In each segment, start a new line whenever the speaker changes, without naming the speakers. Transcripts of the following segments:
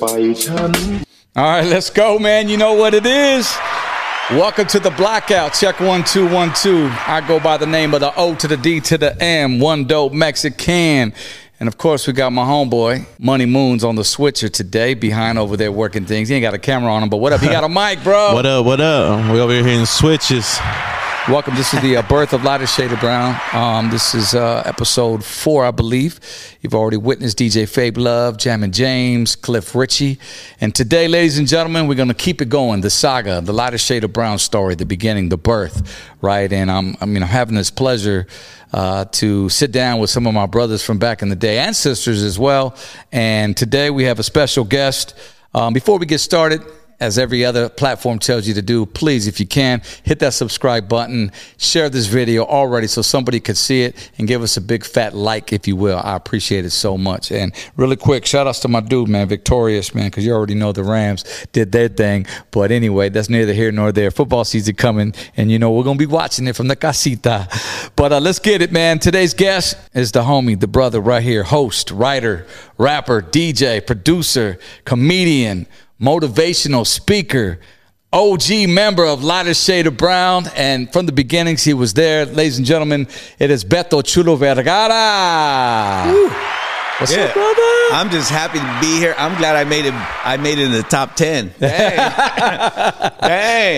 ไปฉัน
All right, let's go, man. You know what it is. Welcome to the blockout. Check one, two, one, two. I go by the name of the O to the D to the M, one dope Mexican. And of course, we got my homeboy, Money Moons, on the switcher today, behind over there working things. He ain't got a camera on him, but what up? He got a mic, bro.
What up? What up? We over here hitting switches.
Welcome. This is the uh, birth of Lotta Shader Brown. Um, this is uh, episode four, I believe. You've already witnessed DJ Fabe Love, Jammin' James, Cliff Ritchie. And today, ladies and gentlemen, we're going to keep it going. The saga, the Lotta Shader Brown story, the beginning, the birth, right? And I'm, I mean, I'm having this pleasure uh, to sit down with some of my brothers from back in the day and sisters as well. And today we have a special guest. Um, before we get started, as every other platform tells you to do, please, if you can, hit that subscribe button, share this video already so somebody could see it, and give us a big fat like, if you will. I appreciate it so much. And really quick, shout outs to my dude, man, Victorious, man, because you already know the Rams did their thing. But anyway, that's neither here nor there. Football season coming, and you know, we're going to be watching it from the casita. But uh, let's get it, man. Today's guest is the homie, the brother right here, host, writer, rapper, DJ, producer, comedian motivational speaker, OG member of Lotta Shader Brown, and from the beginnings he was there. Ladies and gentlemen, it is Beto Chulo Vergara. What's
Yeah.
up, brother?
I'm just happy to be here. I'm glad I made it. I made it in the top ten. Dang, dang.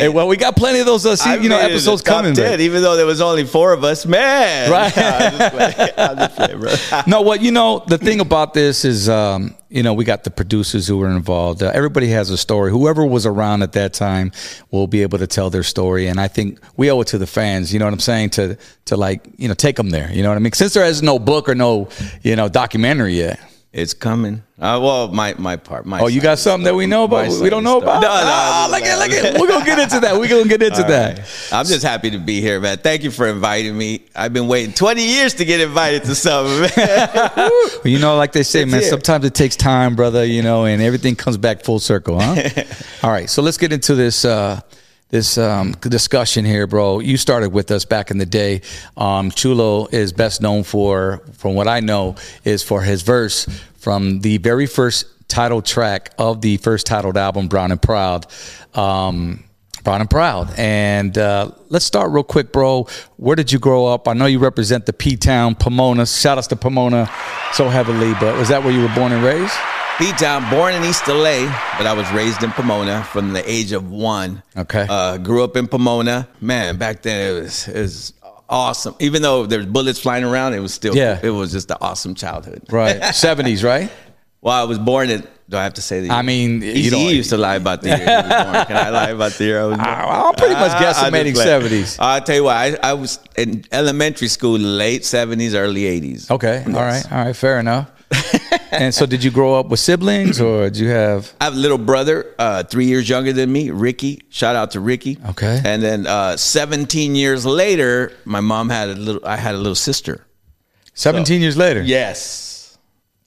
Hey, well, we got plenty of those, uh,
I
see, you know,
made it in the
episodes
top
coming.
10,
man.
even though there was only four of us, man.
Right.
Nah, I'm just playing. I'm just playing, bro.
no, what you know, the thing about this is, um, you know, we got the producers who were involved. Uh, everybody has a story. Whoever was around at that time will be able to tell their story, and I think we owe it to the fans. You know what I'm saying? To to like, you know, take them there. You know what I mean? Since there is no book or no, you know, documentary yet.
It's coming. Uh, well, my my part. My
Oh, you
side
got
is
something that we know
my
about?
side
We don't
is
know
done.
about?
No, no.
Ah,
I'm
look
just
at, look
laughing.
at. We're gonna get into that. We're gonna get into that.
I'm just happy to be here, man. Thank you for inviting me. I've been waiting 20 years to get invited to something, man.
Well, you know, like they say, man,
it.
sometimes it takes time, brother, you know, and everything comes back full circle, huh? All right, so let's get into this uh this um, discussion here, bro. You started with us back in the day. Um, Chulo is best known for, from what I know, is for his verse from the very first title track of the first titled album, Brown and Proud. Um, Proud and proud. And uh, let's start real quick, bro. Where did you grow up? I know you represent the P Town, Pomona. Shout outs to Pomona so heavily, but was that where you were born and raised?
Pete Town, born in East LA, but I was raised in Pomona from the age of one.
Okay.
Uh, grew up in Pomona. Man, back then it was, it was awesome. Even though there's bullets flying around, it was still,
Yeah.
it was just an awesome childhood.
Right. 70s, right?
Well, I was born in, do I have to say the
I mean, you
Easy
don't-
used to lie about the year he was born. Can I lie about the year I was born?
I- I'll pretty much guess the
I'm Ah, just
mid-
playing.
70s.
I'll tell you what, I, I was in elementary school, late 70s, early 80s.
Okay. All right. All right. Fair enough. and so, did you grow up with siblings or did you have.
I have a little brother, uh, three years younger than me, Ricky. Shout out to Ricky.
Okay.
And then uh, 17 years later, my mom had a little. I had a little sister.
17 years later.
Yes.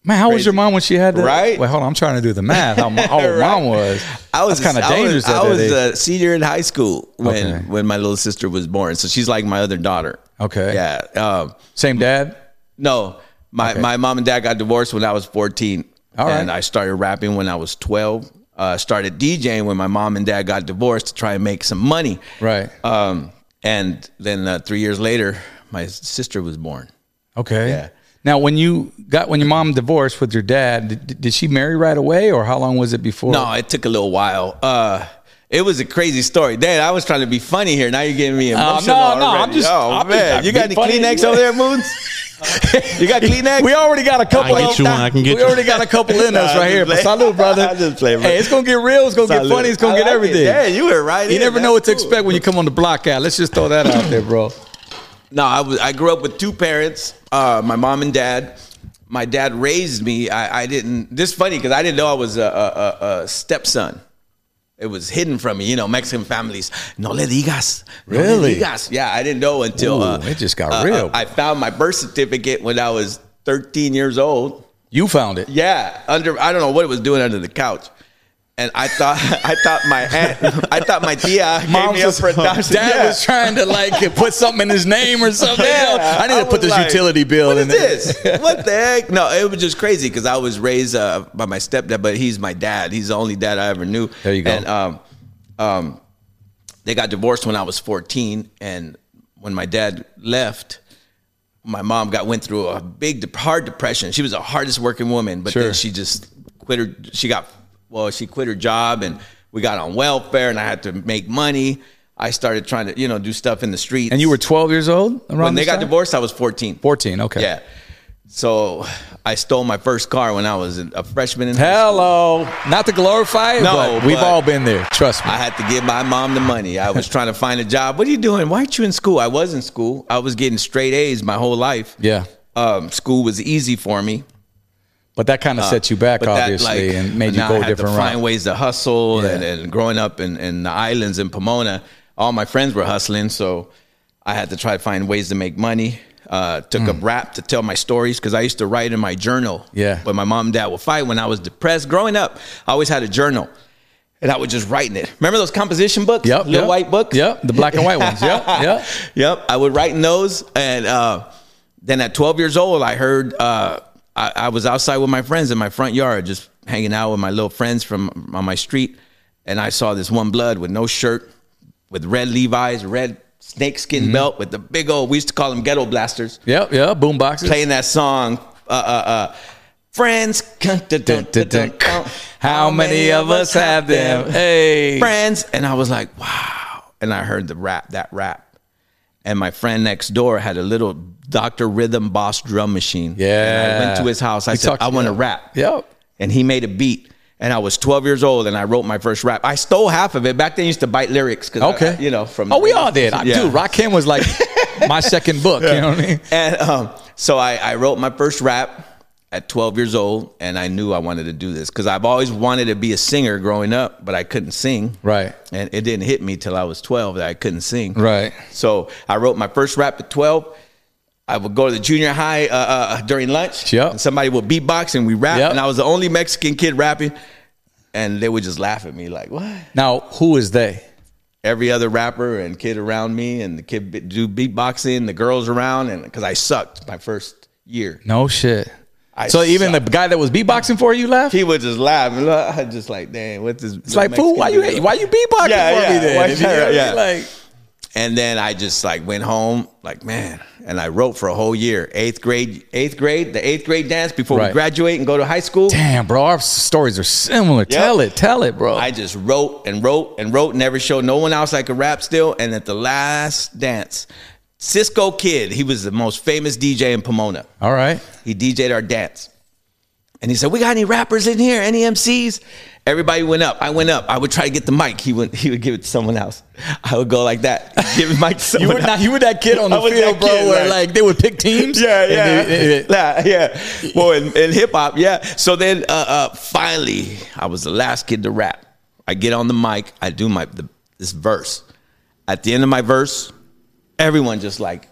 Man, how was
Crazy.
your mom when she had that?
Right?
Wait, hold on. I'm trying to do the math. How, mo- how old
Right.
mom was.
I was
kind of
I was-
dangerous. at
I
that
was
age.
a senior in high school when
Okay.
when my little sister was born. So she's like my other daughter.
Okay.
Yeah. Um,
Same dad?
no, my my mom and dad got divorced when I was 14,
All right.
and I started rapping when I was 12. Uh, started DJing when my mom and dad got divorced to try and make some money.
Right.
Um, and then uh, three years later, my sister was born.
Okay.
Yeah.
Now, when you got when your mom divorced with your dad, did, did she marry right away, or how long was it before?
No, it took a little while. Uh, it was a crazy story. Dad, I was trying to be funny here. Now you're getting me
no,
emotional.
no, I'm
already.
just-
Oh,
I'm just
man.
not
you got
being
any
funny.
Kleenex over there, Moons? you got Kleenex?
We already got a couple.
I can get
of-
you one, I can get
we
you
already
one.
got a couple in us
Nah,
right
I
here. But
just play-
salute, brother.
I just play, bro.
Hey, it's gonna get real. It's gonna get funny. It's gonna
I
get
like it.
everything.
Yeah, you were right.
You
in.
never know what
That's
to
cool.
expect when you come on the block out. Let's just throw that out there, bro.
No, I was. I grew up with two parents. Uh, my mom and dad. My dad raised me. I, I didn't. This is funny because I didn't know I was a, a, a, a stepson. It was hidden from me. You know, Mexican families. No le digas. No le
Really?
digas. Yeah, I didn't know until
Ooh,
uh,
it just got
uh,
real.
uh, I found my birth certificate when I was 13 years old.
You found it.
Yeah, under I don't know what it was doing under the couch, And I thought, I thought my aunt, I thought my tia gave
Mom
me up
was-
for adoption.
Dad
Yeah.
was trying to like put something in his name or something. you know? I need to
was
put this
like,
utility bill
What
in
is this? what the heck? No, it was just crazy because I was raised uh, by my stepdad, but he's my dad. He's the only dad I ever knew.
There you go.
And um, um, they got divorced when I was 14, and when my dad left, my mom got went through a big dep- hard depression. She was the hardest working woman, but
Sure.
then she just quit her. She got well, she quit her job, and we got on welfare, and I had to make money. I started trying to, you know, do stuff in the streets.
And you were 12 years old around
when they
this
got
time?
divorced. I was 14.
14. Okay.
Yeah. So I stole my first car when I was a freshman in high school.
Hello. Not to glorify it,
No,
but we've
but-
all been there. Trust me.
I had to give my mom the money. I was trying to find a job. What are you doing? Why aren't you in school? I was in school. I was getting straight A's my whole life.
yeah.
Um, school was easy for me.
But that kind of set you back,
Uh, But that,
obviously,
like,
and made you
now I
go
had
different
to
route.
find ways to hustle.
Yeah.
And, and growing up in, in the islands in Pomona, all my friends were hustling. So I had to try to find ways to make money. Uh, took up rap to tell my stories because I used to write in my journal.
Hmm. Yeah.
But my mom and dad would fight when I was depressed. Growing up, I always had a journal. And I was just writing it. Remember those composition books?
Yep.
Little
yep.
white books?
Yep. The black and white ones. Yep. Yep.
Yep, I would write in those, and uh, then at 12 years old, I heard uh, I, I was outside with my friends in my front yard, just hanging out with my little friends from on my street, and I saw this one blood with no shirt, with red Levi's, red snakeskin belt, with the big old we used to call them ghetto blasters,
Yep. Yep. Boom boxes.
playing that song. Uh, uh, uh, Friends,
Dun, dun, dun. How many of us have them? Hey.
friends and i was like wow and i heard the rap that rap and my friend next door had a little dr rhythm boss drum machine
Yeah.
and i went to his house i
We
said
talked-
i want to
yeah.
rap
Yep.
and he made a beat and i was 12 years old and i wrote my first rap i stole half of it back then I used to bite lyrics 'cause I-
Okay.
you know from
Oh, we all did. I,
Yeah.
Dude, Rakim was like my second book. You know what I mean?
and um, so I, I wrote my first rap at 12 years old and i knew i wanted to do this because i've always wanted to be a singer growing up but i couldn't sing
Right.
and it didn't hit me till i was 12 that i couldn't sing
Right.
so i wrote my first rap at 12 i would go to the junior high uh, uh, during lunch
Yep.
and somebody would beatbox and we rap
Yep.
and i was the only mexican kid rapping and they would just laugh at me like what
Now, who is they?
every other rapper and kid around me and the kid be- do beatboxing the girls around and because i sucked my first year
No shit.
I
so even the
suck.
guy that was beatboxing for you left?
he would just laugh and i just like dang what this
It's like, fool, why you why you beatboxing
Yeah,
for me
yeah,
then?
why-
If you know what I mean?
yeah.
Like,
And then I just like went home, like man, and I wrote for a whole year. Eighth grade, eighth grade, the eighth grade dance before
Right.
we graduate and go to high school.
damn, bro, our stories are similar. Tell it, tell it, bro.
I just wrote and wrote and wrote, never showed no one else I could rap still. And at the last dance, Cisco Kid, he was the most famous DJ in Pomona.
All right.
He DJ'd our dance. And he said, We got any rappers in here? Any MCs? Everybody went up. I went up. I would try to get the mic. He would he would give it to someone else. I would go like that. Give the mic to someone
You were
else.
not, you were that kid on
I
the
was
field,
that
bro,
kid,
where
like-
like they would pick teams.
Yeah,
and
yeah,
they- it- it-
Nah, yeah. Well, in, in hip hop, yeah. So then, uh, uh, finally, I was the last kid to rap. I get on the mic. I do my the, this verse. At the end of my verse, everyone just like,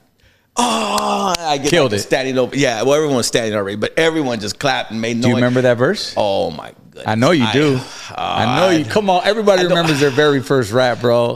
oh, I get
Killed
like
it.
standing over. Yeah, well, everyone was standing already, but everyone just clapped and made noise.
Do you remember that verse?
Oh my goodness!
I know you do.
uh,
I, know you. Come on, everybody
don't-
remembers their very first rap, bro.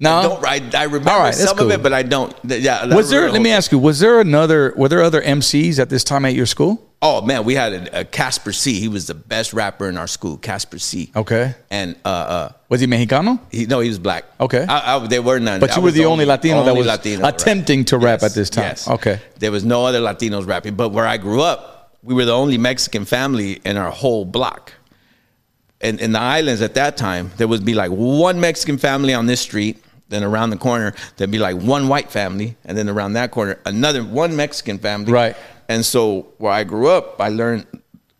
no,
Don't I, I remember
All right, that's
some
cool.
of it, but I don't. Yeah. I
was there?
remember-
Let me ask you. Was there another? Were there other MCs at this time at your school?
Oh man, we had a, a Casper C. He was the best rapper in our school, Casper C.
Okay.
And uh, uh,
Was he Mexicano?
He, no, he was black.
Okay.
I, I, there were none.
But
I
you were
was
the only Latino that was
right.
attempting to rap at this time. Okay.
There was no other Latinos rapping. But where I grew up, we were the only Mexican family in our whole block. And in the islands at that time, there would be like one Mexican family on this street, then around the corner, there'd be like one white family, and then around that corner, another one Mexican family.
Right.
And so where I grew up, I learned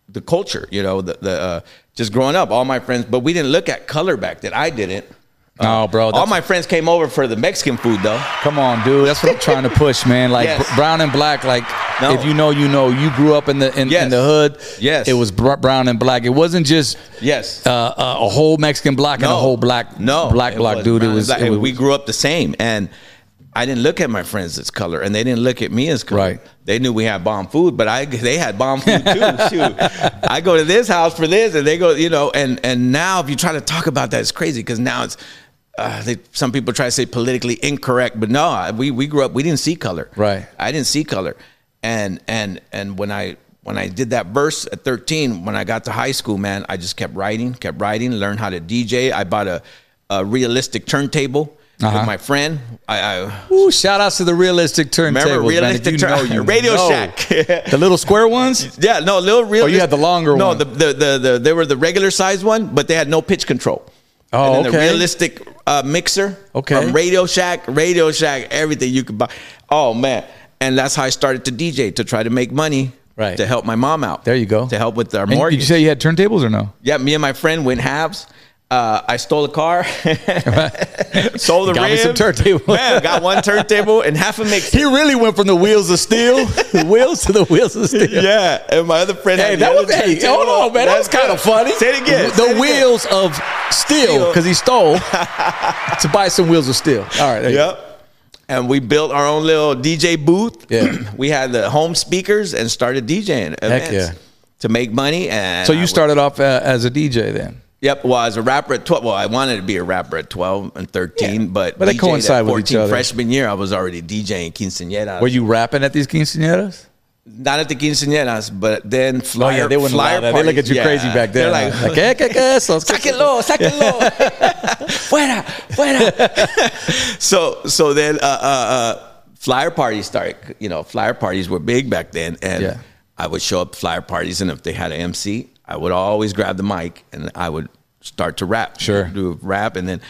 the culture, you know, the, the uh, just growing up, all my friends, but we didn't look at color back then. I didn't.
No, bro.
Uh, All
that's-
my friends came over for the Mexican food though.
Come on, dude. That's what I'm trying to push, man. Like
Yes.
br- brown and black. Like
No.
if you know, you know. You grew up in the in, in
Yes.
the hood.
Yes.
It was br- brown and black. It wasn't just
Yes.
uh, uh, a whole Mexican block and a whole black
no
black
it
block,
was
dude. It
brown and
was,
black.
it was
we grew up the same and I didn't look at my friends as color, and they didn't look at me as color.
Right.
They knew we had bomb food, but I they had bomb food too. Shoot, I go to this house for this, and they go, you know, and and now if you try to talk about that, it's crazy because now it's. Uh, they, some people try to say politically incorrect, but no, I- we we grew up we didn't see color.
Right.
I didn't see color, and and and when I when I did that verse at 13, when I got to high school, man, I just kept writing, kept writing, learned how to DJ. I bought a, a realistic turntable
Uh-huh.
with my friend. I, I
Ooh, shout outs to the realistic turntables.
Remember
man,
realistic
If you know,
turn-
you
Radio
know.
Shack.
the little square ones.
Yeah, no, little real.
Oh, you had the longer
no,
one.
No, the, the the the they were the regular size one, but they had no pitch control.
Oh,
and then
okay.
The realistic uh, mixer.
Okay.
From Radio Shack, Radio Shack, everything you could buy. Oh man, and that's how I started to DJ to try to make money.
Right.
To help my mom out.
There you go.
To help with our
And
mortgage.
Did you say you had turntables or no?
yeah, me and my friend went halves. Uh, I stole a car, sold the
Got me
ribs.
some turntable.
Man, got one turntable and half a mixer.
He really went from the wheels of steel, the wheels to the wheels of steel.
Yeah, and my other friend.
Hey,
had the
that
other
was hey,
turntable.
hold on, man. That was
That's
kind
good.
of funny.
Say it again. Say it
The
again.
wheels of steel because he stole to buy some wheels of steel. All right. there you go.
Yep. And we built our own little DJ booth.
Yeah.
we had the home speakers and started DJing events
yeah.
to make money. And
So
I
you
would-
started off uh, as a DJ then.
Yep. Well, as a rapper at twelve. Well, I wanted to be a rapper at twelve and thirteen,
Yeah.
but
But they
DJed at
coincide with each
14
other.
Freshman year, I was already DJing quinceañeras.
Were you rapping at these quinceañeras?
not at the quinceañeras, but
Oh,
then flyer? flyer
that. They look at
parties.
you
Yeah.
crazy back then.
They're
huh?
like,
"Eh, que, que, eso, es que,
sáquenlo, sáquenlo. fuera, fuera. so so then uh, uh, uh, flyer parties started. You know, flyer parties were big back then, and
Yeah.
I would show up to flyer parties, and if they had an MC, I would always grab the mic and I would start to rap.
Sure.
do rap, and then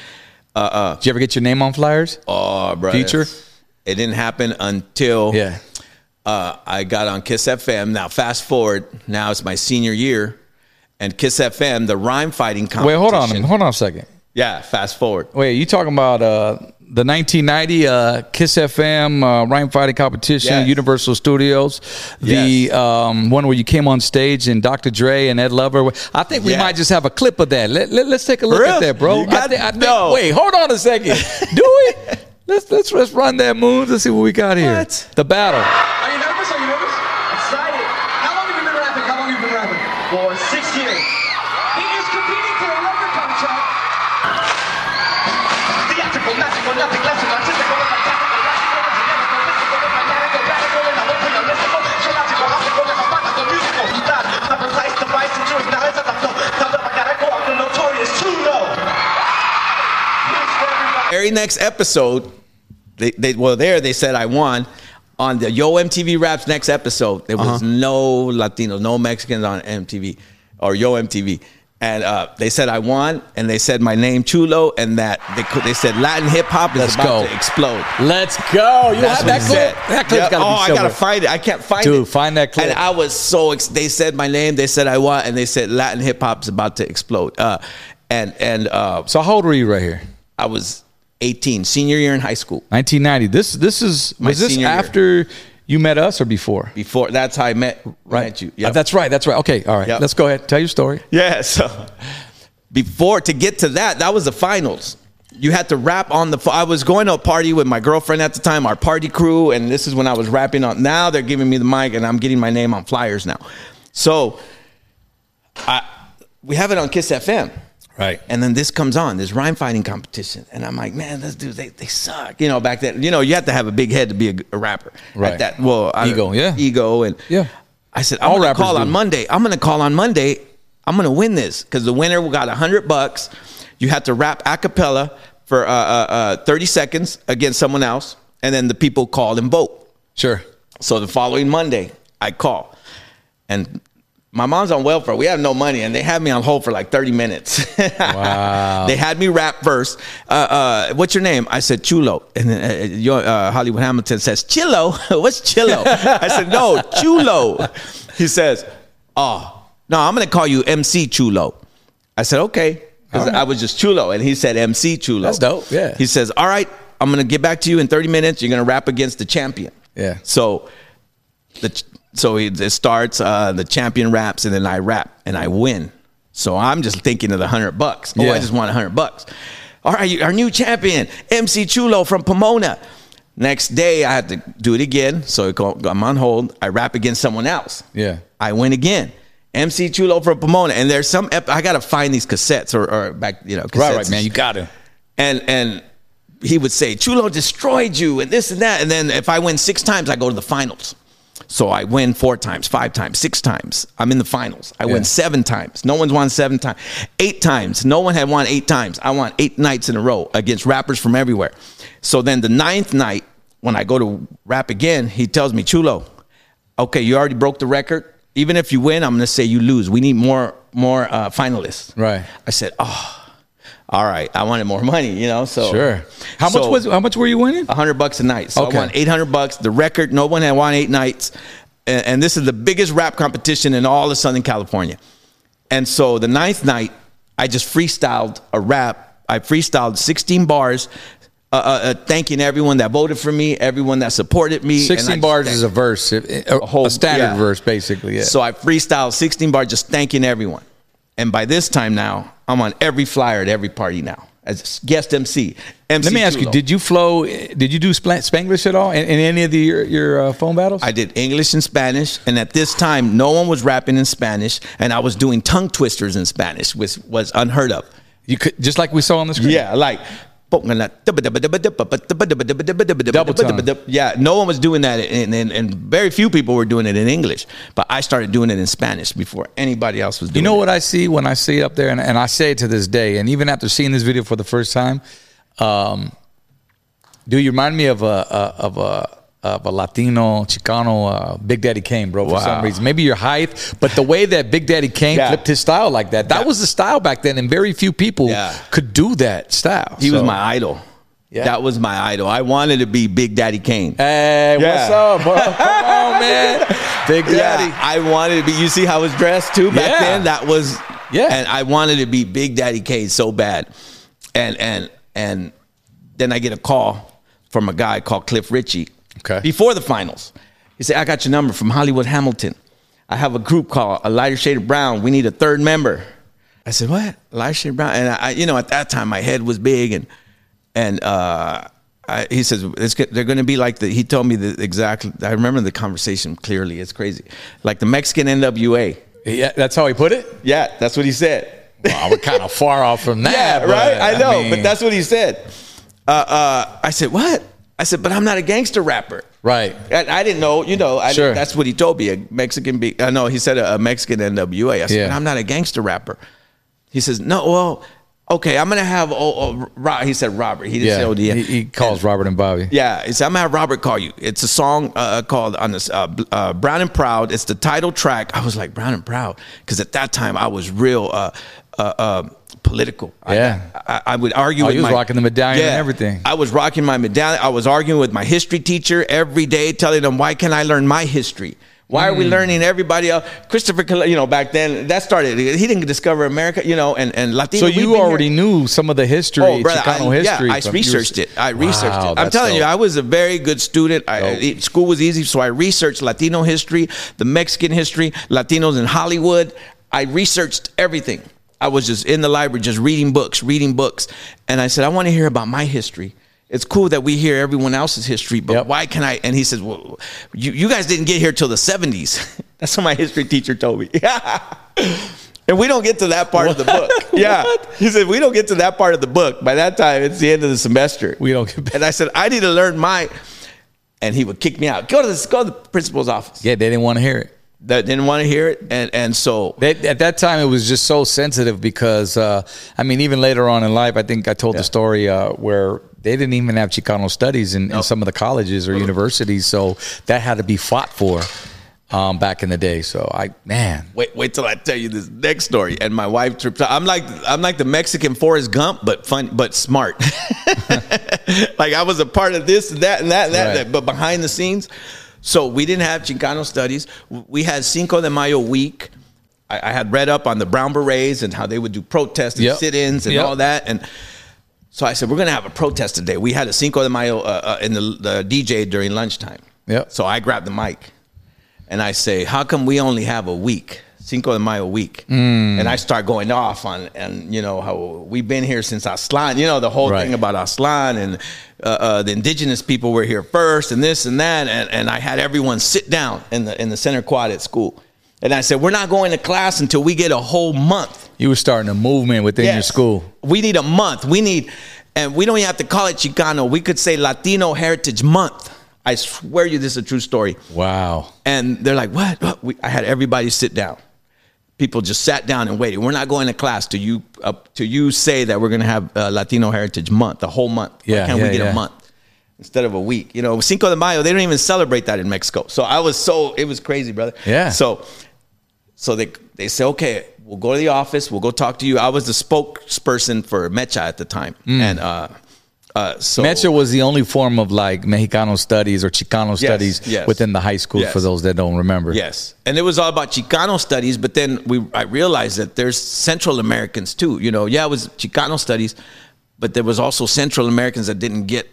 uh, uh,
Did you ever get your name on flyers?
oh, bro,
Future?
It didn't happen until
Yeah.
uh, I got on Kiss FM. Now, fast forward, now it's my senior year, and Kiss FM, the rhyme fighting competition.
Wait, hold on. a minute. Hold on a second.
Yeah, fast forward.
Wait, you talking about uh, the 1990 uh, Kiss FM uh, rhyme fighting competition,
Yes.
Universal Studios, the
Yes.
um, one where you came on stage and Dr. Dre and Ed Lover. I think we
Yeah.
might just have a clip of that. Let, us take a look
Real?
at that, bro.
You
I
got-
thi- I think-
no.
Wait, hold on a second. Do it. Let's, let's let's run that moons. Let's see what we got here.
What?
The battle.
Are you nervous? Are you nervous? Excited. How long have you been rapping? How long have you been rapping? For six years. He is competing for a record contract. Theatrical, magical, nothing less than artistical. fantastical, radical, dynamical, mystical, magnetical, radical, and unreal, mystical, illogical, mathematical, musical. Not a precise device to choose. Now it's at the flow. Tell them I gotta go. I'm the notorious true low. Here's for everybody.
Very next episode, they, they well there they said I won. On the Yo MTV Raps next episode, there
Uh-huh.
was no Latinos, no Mexicans on MTV or Yo MTV, and uh, they said I won, and they said my name Chulo, and that they could, they said Latin hip hop is
Let's
about
go.
to explode.
Let's go. You
That's
have
what
that
he
clip.
said.
That clip's got
Yeah.
to
oh,
be
I
somewhere.
gotta find it. I can't find it.
Dude, find that clip.
And I was so ex- they said my name, they said I won, and they said Latin hip hop's about to explode. Uh, and and uh,
so how old were you right here?
I was 18, senior year in high school.
1990. This this is was this
senior year.
after you met us or before?
Before that's how I met met you.
Uh, that's right. That's right. Okay. All right.
Yep.
Let's go ahead. Tell your story.
yeah. So before to get to that, that was the finals. You had to rap on the. I was going to a party with my girlfriend at the time, our party crew, and this is when I was rapping on. Now they're giving me the mic, and I'm getting my name on flyers now. So, I we have it on Kiss FM.
Right.
And then this comes on, this rhyme fighting competition. And I'm like, man, this dude, they, they suck. You know, back then, you know, you have to have a big head to be a, a rapper. At
Right.
that, well, I don't-
Ego, yeah.
Ego. And
Yeah.
I said, I'm
All
going to
rappers
call
do.
on Monday. I'm going to call on Monday. I'm going to win this because the winner got 100 bucks. You had to rap a cappella for uh, uh, uh, 30 seconds against someone else. And then the people called and vote.
sure.
So the following Monday, I call, and my mom's on welfare. We have no money, and they had me on hold for like thirty minutes.
Wow.
they had me rap first. Uh, uh, what's your name? I said Chulo, and then, uh, your, uh, Hollywood Hamilton says Chilo. what's Chilo? I said no, Chulo. He says, oh no, I'm gonna call you MC Chulo. I said okay. 'Cause I was just Chulo, and he said MC Chulo.
That's dope, yeah.
He says, "All right, I'm gonna get back to you in 30 minutes. You're gonna rap against the champion."
Yeah.
So the ch- so it, it starts uh, the champion raps and then I rap and I win. So I'm just thinking of the hundred bucks. Oh,
Yeah.
I just want a hundred bucks. All right, you- our new champion, MC Chulo from Pomona. Next day, I had to do it again. So it go- I'm on hold. I rap against someone else.
Yeah.
I went again. MC Chulo from Pomona. And there's some, ep- I got to find these cassettes or, or back, you know, cassettes.
Right, right, man. You got to.
and, and he would say, Chulo destroyed you and this and that. And then if I win six times, I go to the finals. So I win four times, five times, six times. I'm in the finals. I
Yeah.
win seven times. No one's won seven times. Eight times. No one had won eight times. I won eight nights in a row against rappers from everywhere. So then the ninth night, when I go to rap again, he tells me, Chulo, okay, you already broke the record. Even if you win, I'm gonna say you lose. We need more more uh, finalists.
Right.
I said, oh, all right. I wanted more money, you know. So
Sure. How much
so- Uh,
was? How much were you winning?
a hundred bucks a night. So
Okay.
I won eight hundred bucks. The record, no one had won eight nights, and, and this is the biggest rap competition in all of Southern California. And so the ninth night, I just freestyled a rap. I freestyled sixteen bars, uh, uh, uh, thanking everyone that voted for me, everyone that supported me. and I
Sixteen
just
bars
thanked-
is a verse, if- a, whole, standard
yeah.
verse, basically. Yeah.
So I freestyle 16 bar, just thanking everyone. And by this time now, I'm on every flyer at every party now as guest MC. MC
Let me ask you:
Chulo.
Did you flow? Did you do Spla- Spanglish at all in, in any of the, your your uh, phone battles?
I did English and Spanish, and at this time, no one was rapping in Spanish, and I was doing tongue twisters in Spanish, which was unheard of.
you could just like we saw on the screen.
Yeah, like. Double
tongue.
Yeah, no one was doing that, and, and, and very few people were doing it in English. But I started doing it in Spanish before anybody else was doing
You
it.
know what I see when I see it up there, and, and I say it to this day, and even after seeing this video for the first time, um, do you remind me of a, a of a of a Latino Chicano uh, Big Daddy Kane, bro? For some
Wow.
reason, maybe your height, but the way that Big Daddy Kane
Yeah.
flipped his style like that—that
Yeah.
was the style back then, and very few people
Yeah.
could do that style.
He was
So-
my idol.
Yeah.
That was my idol. I wanted to be Big Daddy Kane.
Hey, what's
Yeah.
up, bro? Come on, man. Big Daddy.
Yeah, I wanted to be. You see how I was dressed too back
Yeah.
then. That was
Yeah.
And I wanted to be Big Daddy Kane so bad, and and and then I get a call from a guy called Cliff Ritchie.
Okay.
Before the finals, he said, "I got your number from Hollywood Hamilton. I have a group called A Lighter Shade of Brown. We need a third member." I said, "What? A Lighter Shade of Brown?" And I, I, you know, at that time, my head was big and and uh, I, he says it's, go- they're going to be like the. He told me the exact. I remember the conversation clearly. It's crazy, like the Mexican NWA.
Yeah, that's how he put it.
Yeah, that's what he said.
Wow, we're kind of far off from that.
Yeah,
but,
right. I know,
mean,
but that's what he said. Uh, uh, I said what? I said, but I'm not a gangster rapper.
right.
And I didn't know, you know. I,
Sure.
That's what he told me. A Mexican. Be, uh, no, he said a, a Mexican NWA. I said,
Yeah.
but I'm not a gangster rapper. He says, no. Well, okay, I'm gonna have. Oh, oh Ro-" he said Robert. He didn't say
Yeah,
ODM.
he, he calls Robert and Bobby.
Yeah, it's, I'm gonna have Robert call you. It's a song uh, called on this uh, bl- uh, Brown and Proud. It's the title track. I was like Brown and Proud because at that time I was real uh, uh, uh, political. I-
Yeah.
I, I, would argue.
Oh,
with
you was
my-
rocking the medallion and everything.
I was rocking my medallion. I was arguing with my history teacher every day, telling them why can't I learn my history. Why are we
Hmm.
learning everybody else? Christopher, Col- you know, back then that started. He didn't discover America, you know, and and Latino.
So
we've
you
been here- Oh,
already knew some of the history, Chicano
I,
history.
Yeah, I
from-
researched
you
it. I researched
Wow,
it. I'm
that's
telling you,
dope.
I was a very good student. I,
Dope.
it- school was easy, so I researched Latino history, the Mexican history, Latinos in Hollywood. I researched everything. I was just in the library, just reading books, reading books, and I said, I want to hear about my history. It's cool that we hear everyone else's history, but
Yep.
why can I? And he says, "Well, you, you guys didn't get here till the '70s." That's what my history teacher told me. And we don't get to that part of the book. Yeah. He said, We don't get to that part of the book. By that time, it's the end of the semester.
We don't get back.
And I said, I need to learn my. And he would kick me out. Go to the, go to the principal's office.
Yeah, they didn't want to hear it.
That didn't want to hear it. And, and so,
They, at that time, it was just so sensitive because, uh, I mean, even later on in life, I think I told the story uh, where they didn't even have Chicano studies in, in some of the colleges
Uh-huh.
or universities. So that had to be fought for um, back in the day. So I, man,
wait, wait till I tell you this next story. And my wife tripped out. I'm like, I'm like the Mexican Forrest Gump, but fun, but smart. like I was a part of this, that, and that, and that,
Right.
that, but behind the scenes. So we didn't have Chicano studies. We had Cinco de Mayo week. I, I had read up on the Brown Berets and how they would do protests and
Yep.
sit-ins and
Yep.
all that. And so I said, we're going to have a protest today. We had a Cinco de Mayo uh, uh, in the, the DJ during lunchtime.
Yep.
So I grabbed the mic and I say, "How come we only have a week, Cinco de Mayo week?"
Mm.
And I start going off on, and you know how we've been here since Aslan, you know the whole
Right.
thing about Aslan and uh, uh, the indigenous people were here first, and this and that, and, and I had everyone sit down in the in the center quad at school, and I said, "We're not going to class until we get a whole month."
You were starting a movement within your
Yes.
school.
We need a month. We need, and we don't even have to call it Chicano. We could say Latino Heritage Month. I swear you, this is a true story.
Wow.
And they're like, what? What?" We, I had everybody sit down. People just sat down and waited. We're not going to class till you uh, till you say that we're going to have uh, Latino Heritage Month, the whole month.
Yeah,
Why can't
yeah,
we get
yeah.
a month instead of a week? You know, Cinco de Mayo, they don't even celebrate that in Mexico. So I was so it was crazy, brother.
Yeah.
So so they they say, okay, we'll go to the office, we'll go talk to you. I was the spokesperson for Mecha at the time, and uh, uh, so
Mm. Mecha was the only form of like Mexicano studies or Chicano studies
yes.
within the high school
Yes.
for those that don't remember.
Yes, and it was all about Chicano studies. But then we, I realized that there's Central Americans too. You know, yeah, it was Chicano studies, but there was also Central Americans that didn't get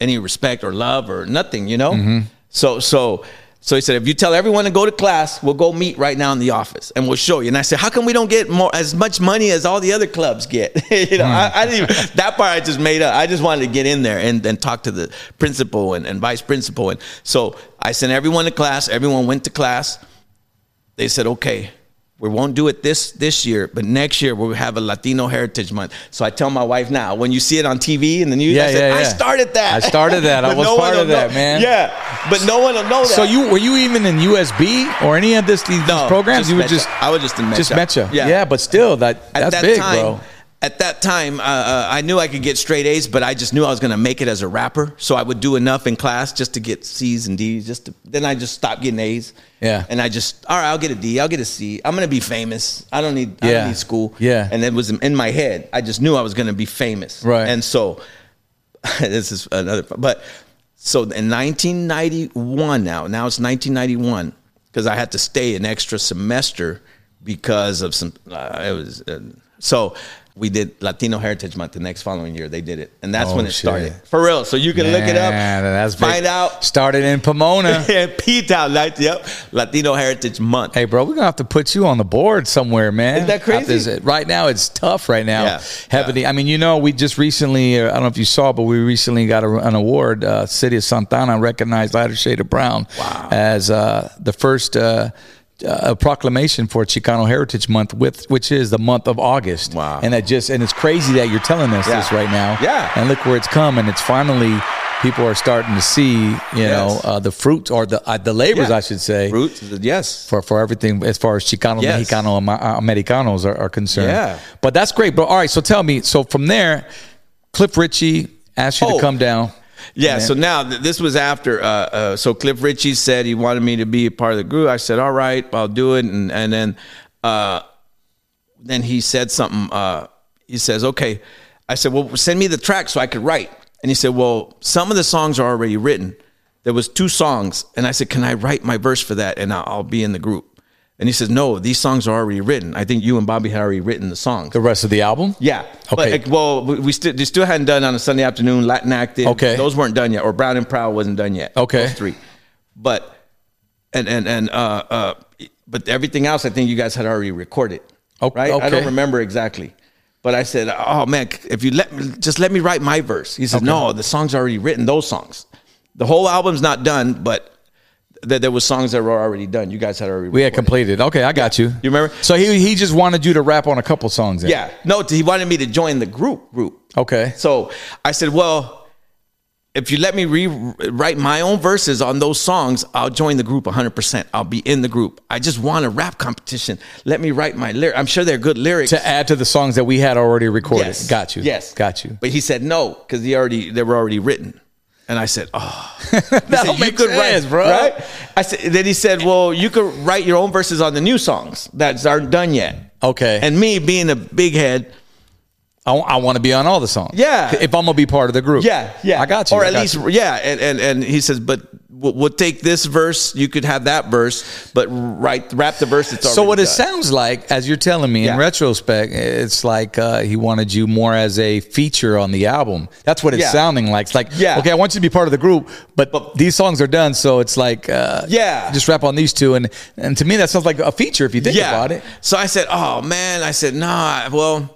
any respect or love or nothing. You know, so so so he said, if you tell everyone to go to class, we'll go meet right now in the office and we'll show you. And I said, how come we don't get more as much money as all the other clubs get? you know, I, I didn't even, that part I just made up. I just wanted to get in there and and talk to the principal and, and vice principal. And so I sent everyone to class. Everyone went to class they said, okay, we won't do it this this year, but next year we'll have a Latino Heritage Month. So I tell my wife now, when you see it on TV in the news,
Yeah,
I said,
yeah,
I
yeah.
started that.
I started that. I
But
was
one
part
will
of that,
know-
man.
Yeah, but no one will know that.
So you were you even in USB or any of this these, these programs?
just
You were
Mecha.
just
I was just in Mecha.
just Mecha. Yeah. but still that that's big,
time,
bro.
At that time, uh, uh, I knew I could get straight A's, but I just knew I was going to make it as a rapper. So I would do enough in class just to get C's and D's. Just to, then I just stopped getting A's.
Yeah.
And I just all right, I'll get a D, I'll get a C. I'm going to be famous. I don't need I
Yeah.
don't need school.
Yeah.
And it was in my head. I just knew I was going to be famous.
Right.
And so this is another but so in 1991 now now it's 1991 because i had to stay an extra semester because of some uh, it was uh, so we did latino heritage month the next following year they did it and that's
Oh,
when it
shit.
started for real so you can look it up
Man, that's big.
find out
Started in Pomona.
p-town like, yep latino heritage month
Hey, bro, we're gonna have to put you on the board somewhere, man.
Isn't that crazy?
After this- right now, it's tough. Right now,
Yeah.
having the- I mean, you know, we just recently. uh, I don't know if you saw, but we recently got a, an award. Uh, City of Santana recognized Lighter Shade of Brown as uh, the first. Uh, uh, proclamation for Chicano Heritage Month, with which is the month of August,
Wow.
and that just and it's crazy that you're telling us
Yeah.
this right now,
Yeah.
And look where it's come, and it's finally people are starting to see, you know,
Yes.
uh, the fruits or the uh, the labors,
Yeah.
I should say,
roots yes
for, for everything as far as Chicano,
Yes.
Mexicano, Ama- uh, Americanos are, are concerned.
Yeah.
But that's great, bro. All right, so tell me. So from there, Cliff Ritchie asked you
Oh.
to come down.
Yeah.
And
So now th- this was after. Uh, uh, so Cliff Ritchie said he wanted me to be a part of the group. I said, all right, I'll do it. And and then, uh, then he said something. Uh, he says, okay. I said, well, send me the track so I could write. And he said, well, some of the songs are already written. There was two songs, and I said, can I write my verse for that? And I'll, I'll be in the group. And he says, no, these songs are already written. I think you and Bobby had already written the songs.
the rest of the album.
Yeah. But,
Okay.
like, well, we we still they still hadn't done on a Sunday afternoon Latin acting.
Okay.
Those weren't done yet, or Brown and Proud wasn't done yet.
Okay.
Those three, but and and and uh uh, but everything else, I think you guys had already recorded.
O-
Right. I
okay.
don't remember exactly. But I said, "Oh man, if you let me, just let me write my verse." He said, "No, the song's already written. Those songs, the whole album's not done, but th- there was songs that were already done. You guys had already
We had
recorded.
completed. Okay, I got you.
You remember?
So he he just wanted you to rap on a couple songs. then.
Yeah. No, he wanted me to join the group. Group.
Okay.
So I said, well, if you let me rewrite my own verses on those songs, I'll join the group 100%. I'll be in the group. I just want a rap competition. Let me write my lyrics. I'm sure they're good lyrics.
To add to the songs that we had already recorded. Got you.
Yes.
Got you.
But he said no because he already they were already written. And I said, oh, He said,
That don't
"You
make
could
sense,
write,
bro.
Right? I said. Then he said, well, you could write your own verses on the new songs that aren't done yet.
Okay.
And me being a big head,
I, want to be on all the songs.
Yeah.
If I'm gonna be part of the group.
Yeah, yeah.
I got you.
Or
I
at
got
least,
you.
yeah. And, and and he says, but we'll, we'll take this verse. You could have that verse, but write wrap the verse. It's already
So what it
done.
sounds like, as you're telling me,
Yeah.
in retrospect, it's like uh, he wanted you more as a feature on the album. That's what it's
Yeah.
sounding like. It's like,
Yeah.
okay, I want you to be part of the group, but,
But-
these songs are done, so it's like, uh,
Yeah.
just rap on these two, and and to me that sounds like a feature if you think about it.
So I said, oh man. I said, nah. Well,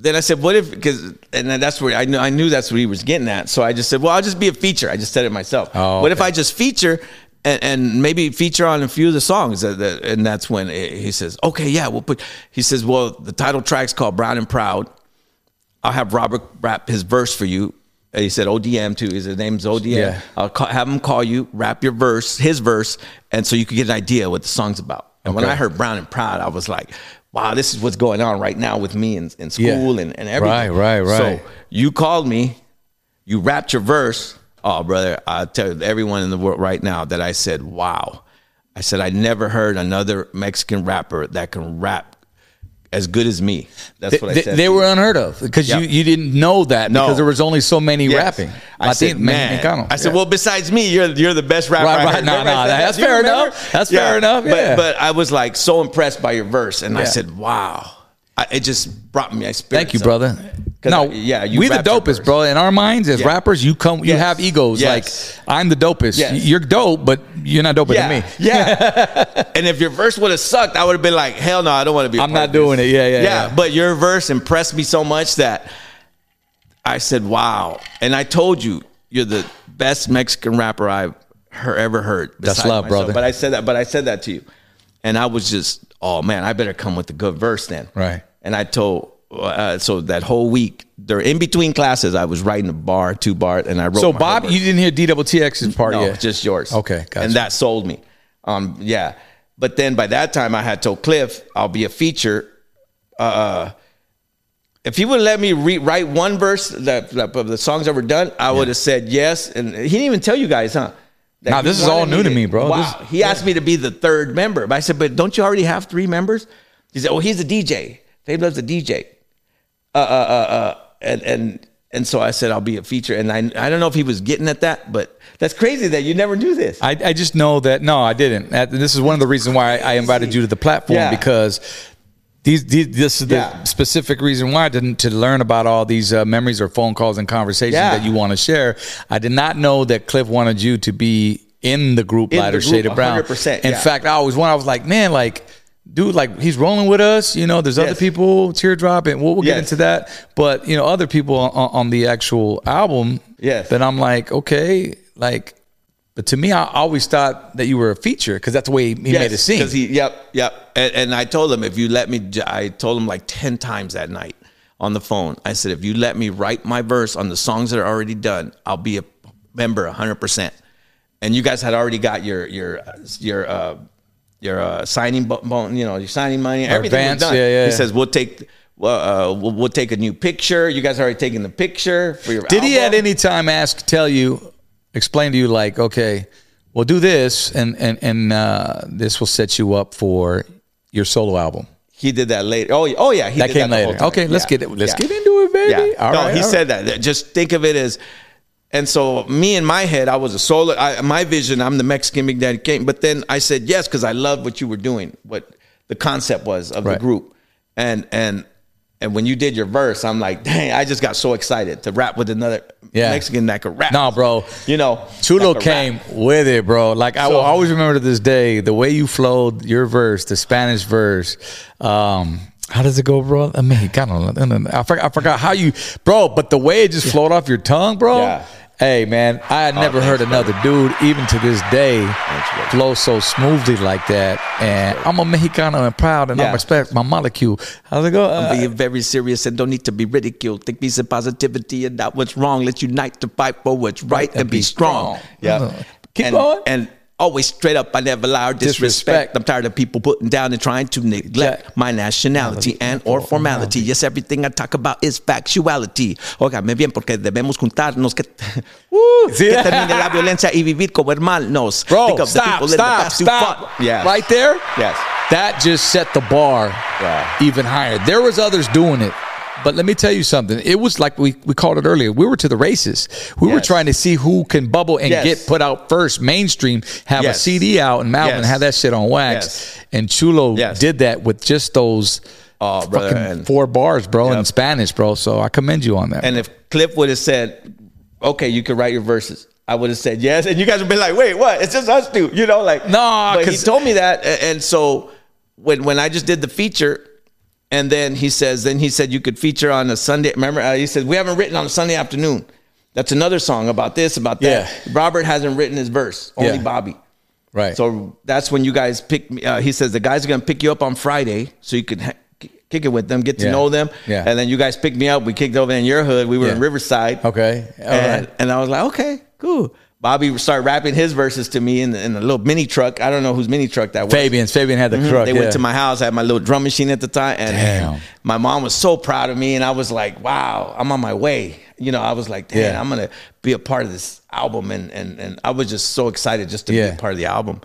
Then I said, "What if?" Because and then that's where I knew I knew that's what he was getting at. So I just said, "Well, I'll just be a feature." I just said it myself.
Oh,
what if
okay.
I just feature and, and maybe feature on a few of the songs? That- that- And that's when it- he says, "Okay, yeah, we'll put." He says, "Well, the title track's called Brown and Proud. I'll have Robert rap his verse for you." And he said ODM too. His name's ODM.
Yeah.
I'll call, have him call you, rap your verse, his verse, and so you could get an idea what the song's about. And when
Okay.
I heard Brown and Proud, I was like, wow, this is what's going on right now with me in, in school
Yeah.
and, and everything.
Right, right, right.
So you called me, you rapped your verse. Oh, brother, I tell everyone in the world right now that I said, wow. I said, I never heard another Mexican rapper that can rap as good as me. That's
They,
what I
they-
said.
they
to
were
you.
unheard of because you,
Yeah.
you didn't know that
No.
because there was only so many
Yes.
rapping.
I said,
Latin-
man.
Mexicano.
I said,
Yeah.
well, besides me, you're you're the best rapper.
Right,
I
right.
heard.
No,
Remember I
no,
said that?
that's
Do you
fair
remember?
enough. That's fair enough, yeah.
But but I was like so impressed by your verse, and I
Yeah.
said, wow, I, it just brought me. I
Thank you, brother.
'Cause
No,
I- yeah, you
we the
rapped your verse.
dopest, bro. In our minds as
Yeah.
rappers, you come, you
Yes.
have egos.
Yes.
Like I'm the dopest.
Yes.
You're dope, but you're not doper
Yeah,
than me.
yeah. and if your verse would have sucked, I would have been like, hell no, I don't want to be. i
I'm not doing it. Yeah, yeah, yeah.
But your verse impressed me so much that I said, wow. And I told you, you're the best Mexican rapper I've her, ever heard.
That's
besides
love, brother.
But I said that. But I said that to you, and I was just, oh man, I better come with a good verse then.
Right.
And I told. Uh, so that whole week, there in between classes, I was writing a bar, two bar, and I wrote.
So
my whole
Bob,
verse.
you didn't hear DWTX's part
No,
yet.
just yours.
Okay, gotcha.
And that sold me. Um, yeah. But then by that time, I had told Cliff I'll be a feature. Uh, if he would let me rewrite one verse that, that- of the songs that were done, I would have said yes. And he didn't even tell you guys, huh? That
Nah,
he
this is all
wanted
new to me, bro.
Wow.
This-
he asked me to be the third member, but I said, "But don't you already have three members?" He said, "Oh, he's a DJ. Fabe loves a DJ." Uh, and and and so I said I'll be a feature, and I I don't know if he was getting at that, but that's crazy that you never knew this.
I, I just know that no, I didn't. That- This is one of the reasons why I, I invited you to the platform
Yeah.
because these, these this is the
Yeah.
specific reason why I didn't to learn about all these uh, memories or phone calls and conversations
Yeah.
that you want to share. I did not know that Cliff wanted you to be in the group
In the
lighter
group,
shade of brown.
100%,
In
yeah.
fact, I always wanted. I was like, man, like. Dude, like he's rolling with us. You know, there's other
Yes.
people, teardrop, and we'll, we'll get
Yes.
into that. But you know, other people on, on the actual album.
Yes.
That I'm like, okay, like but to me, I always thought that you were a feature because that's the way he made it seem.
Because he, yep, yep. And, and I told him if you let me, j- I told him like ten times that night on the phone. I said if you let me write my verse on the songs that are already done, I'll be a member hundred percent. And you guys had already got your your your uh, your uh, signing bo- bon- you know, your signing money, everything
Advance,
was done.
yeah, yeah,
He
yeah.
says we'll take. Well, uh, we'll, we'll take a new picture. You guys already taking the picture for your.
Did he at
album.
any time ask, tell you, explain to you, like, okay, well, do this, and and and uh, this will set you up for your solo album.
He did that later. Oh, yeah- oh yeah, he
That
did
came
the whole
later.
time.
Okay, let's
Yeah.
get it. Let's
Yeah.
get into it, baby.
Yeah. no, he said that. That- Just think of it as, and so me in my head, I was a solo. I, my vision, I'm the Mexican Big Daddy King. But then I said yes because I loved what you were doing, what the concept was of
Right.
the group, and and and when you did your verse, I'm like, dang, I just got so excited to rap with another
Yeah.
Mexican that could rap.
No, bro.
you know, that
Chulo
could rap.
came with it, bro. Like I will
So-
always remember to this day the way you flowed your verse, the Spanish verse. Um, how does it go, bro? I mean, God, I, don't know. I forgot. I forgot how you, bro. But the way it just flowed off your tongue, bro.
Yeah.
Hey, man, I had never heard another dude, even to this day, flow so smoothly like that. And I'm a Mexicano and proud, and I
Yeah.
respect my molecule. How's it go? Uh,
Be very serious and don't need to be ridiculed. Think peace and positivity and not what's wrong. Let's unite to fight for what's right and, be strong.
strong.
Yeah.
Uh-huh. Keep
and,
going.
And always straight up, I never lie or disrespect.
Disrespect.
I'm tired of people putting down and trying to neglect
Yeah.
my nationality and or formality. Yes, everything I talk about is factuality. Óigame bien, porque debemos juntarnos que, Woo!
See
que
that?
termine la violencia y vivir como hermanos. Think
bro,
of the people
stop,
in the
stop,
past who
stop.
fought. Yes.
Right there.
Yes.
that just set the bar
Yeah.
even higher. There was others doing it. But let me tell you something. It was like we, we called it earlier. We were to the races. We were
Yes.
trying to see who can bubble and
Yes.
get put out first, mainstream, have a
Yes.
CD out and Malvin
Yes.
have that shit on wax. And Chulo
Yes.
did that with just those
Oh, brother,
fucking
and-
four bars, bro, in
Yep.
Spanish, bro. So I commend you on that.
And if Cliff would have said, "Okay, you can write your verses," I would have said yes, and you guys would be like, "Wait, what? It's just us two, you know?" Like,
Nah,
But he
'cause-
told me that, a- and so when when I just did the feature, And then he says, then he said you could feature on a Sunday. Remember, uh, he said we haven't written on a Sunday afternoon. That's another song about this, about that.
Yeah.
Robert hasn't written his verse. Only
Yeah.
Bobby.
Right.
So that's when you guys pick. me- Uh, he says the guys are gonna pick you up on Friday, so you can ha- kick it with them, get to
Yeah.
know them,
Yeah.
and then you guys picked me up. We kicked over in your hood. We were in
Yeah.
Riverside.
Okay. All
and,
right.
and I was like, okay, cool. Bobby started rapping his verses to me in, in a little mini truck. I don't know whose mini truck that was.
Fabian's. Fabian had the truck.
Mm-hmm. They
yeah.
went to my house. I had my little drum machine at the time, and,
Damn.
and my mom was so proud of me. And I was like, "Wow, I'm on my way." You know, I was like, "Damn,
Yeah.
I'm gonna be a part of this album," and and and I was just so excited just to be
Yeah.
a part of the album.